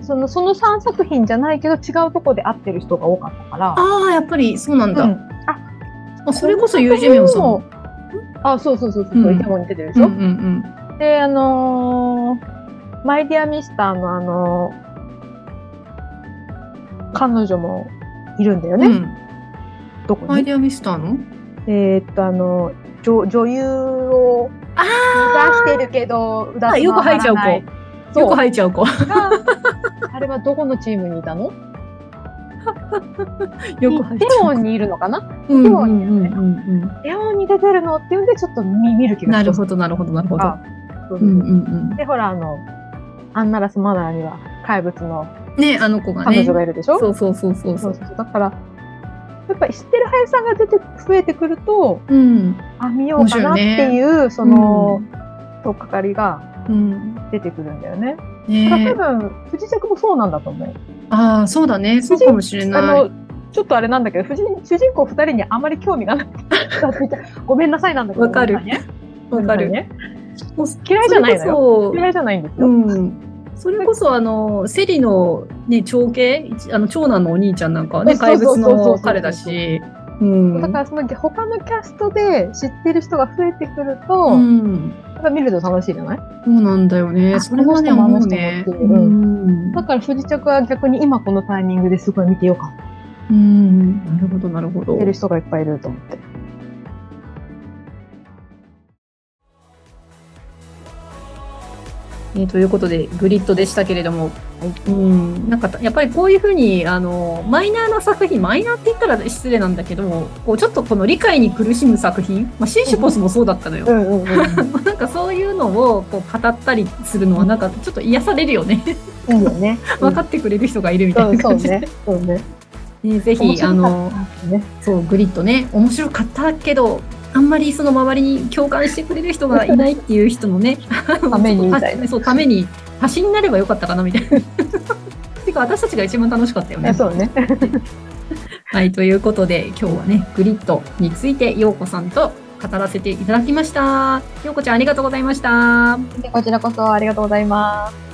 Speaker 2: その、その3作品じゃないけど、違うとこで会ってる人が多かったから。
Speaker 1: ああ、やっぱりそうなんだ。
Speaker 2: うん
Speaker 1: あそれこそユージェミョンさんも。
Speaker 2: あ、そうそうそうそう、
Speaker 1: うん
Speaker 2: イテウォンに出てるで
Speaker 1: う
Speaker 2: し
Speaker 1: ん
Speaker 2: ょ、
Speaker 1: うんうん。
Speaker 2: で、あのーマイディアミスターのあのー彼女もいるんだよね。
Speaker 1: うん。
Speaker 2: どこ
Speaker 1: アイ
Speaker 2: に
Speaker 1: デアミスターの
Speaker 2: えーっと、あの、女女優を
Speaker 1: あ
Speaker 2: 出してるけど、うだつの
Speaker 1: あよく
Speaker 2: 上が
Speaker 1: 吐い
Speaker 2: ら
Speaker 1: ちゃう
Speaker 2: な
Speaker 1: 子。
Speaker 2: そう
Speaker 1: よく吐いちゃう子。
Speaker 2: が あれはどこのチームにいたの
Speaker 1: よく吐いち
Speaker 2: デ
Speaker 1: ゃ
Speaker 2: モ
Speaker 1: う子。
Speaker 2: ンにいるのかな
Speaker 1: うん
Speaker 2: テウォンに
Speaker 1: うんうんうん。
Speaker 2: デモンに出てるのっていうんでちょっと見見る気が
Speaker 1: なる
Speaker 2: ど。
Speaker 1: ほど、なるほど、なるほど。
Speaker 2: あそう
Speaker 1: う
Speaker 2: そうん
Speaker 1: うんうん。
Speaker 2: で、ほら、あの、アンナラスマナーには怪物の
Speaker 1: ね、あの子がね。
Speaker 2: 彼女がいるでしょ、
Speaker 1: そうそうそうそうそ
Speaker 2: そう
Speaker 1: う。
Speaker 2: そうそうだから、やっぱり知ってる俳優さんが出て、増えてくると、
Speaker 1: うん。
Speaker 2: あ、見ようかなっていう、その、とっかかりが
Speaker 1: うん。
Speaker 2: 出てくるんだよね。だから多
Speaker 1: ね
Speaker 2: 分、不時着もそうなんだと思う。
Speaker 1: ああ、そうだね。そうかもしれ
Speaker 2: あ
Speaker 1: ない。
Speaker 2: の、ちょっとあれなんだけど、主人主人公二人にあまり興味がなかったって言った らごめんなさいなんだけど。
Speaker 1: わかる
Speaker 2: ごめんなさ
Speaker 1: わか
Speaker 2: いね
Speaker 1: る。
Speaker 2: ね。
Speaker 1: もう
Speaker 2: 嫌いじゃないのよ。
Speaker 1: それこ
Speaker 2: 嫌いじゃないんです
Speaker 1: そ、
Speaker 2: よ。
Speaker 1: うん。それこそ、あの、セリの、ね、長兄、一あの、長男のお兄ちゃんなんかはね、
Speaker 2: そう
Speaker 1: 怪
Speaker 2: そう
Speaker 1: 物
Speaker 2: そうそうそう
Speaker 1: の彼だし。うん。
Speaker 2: だからその他のキャストで知ってる人が増えてくると、
Speaker 1: うん。
Speaker 2: やっぱ見ると楽しいじゃない
Speaker 1: そうなんだよね。
Speaker 2: あ
Speaker 1: それはね、
Speaker 2: この人も
Speaker 1: 思うね。
Speaker 2: あの人
Speaker 1: う。
Speaker 2: もっていうんだから不時着は逆に今このタイミングですごい見てよかっ
Speaker 1: う
Speaker 2: た。
Speaker 1: ん。なるほど、なるほど
Speaker 2: 見て。る人がいっぱいいると思って。
Speaker 1: えーということで、グリッドでしたけれども、
Speaker 2: い
Speaker 1: うん、なんかたやっぱりこういうふうにあのマイナーな作品、マイナーって言ったら失礼なんだけども、こうちょっとこの理解に苦しむ作品、まあ、シンシュポスもそうだったのよ、
Speaker 2: んうんうん。
Speaker 1: なんかそういうのをこう語ったりするのは、なんかちょっと癒されるよね、。
Speaker 2: いいよ ね
Speaker 1: 分かってくれる人がいるみ
Speaker 2: う
Speaker 1: たい
Speaker 2: ん
Speaker 1: な
Speaker 2: そう
Speaker 1: 感じで、
Speaker 2: ね。そう ね。
Speaker 1: ねぜ
Speaker 2: 面
Speaker 1: ひあ
Speaker 2: 白か
Speaker 1: の
Speaker 2: ったね。
Speaker 1: そう、グリッドね、面白かったけど、あんまりその周りに共感してくれる人がいないっていう人のね、
Speaker 2: ためにみたい
Speaker 1: そう、ために、足しになればよかったかなみたいな。 てか、私たちが一番楽しかったよね。
Speaker 2: あそう ね。
Speaker 1: はい、ということで、今日はね、グリッドについて、ようこさんと語らせていただきました。ようこちゃん、ありがとうございました。
Speaker 2: でこちらこそありがとうございます。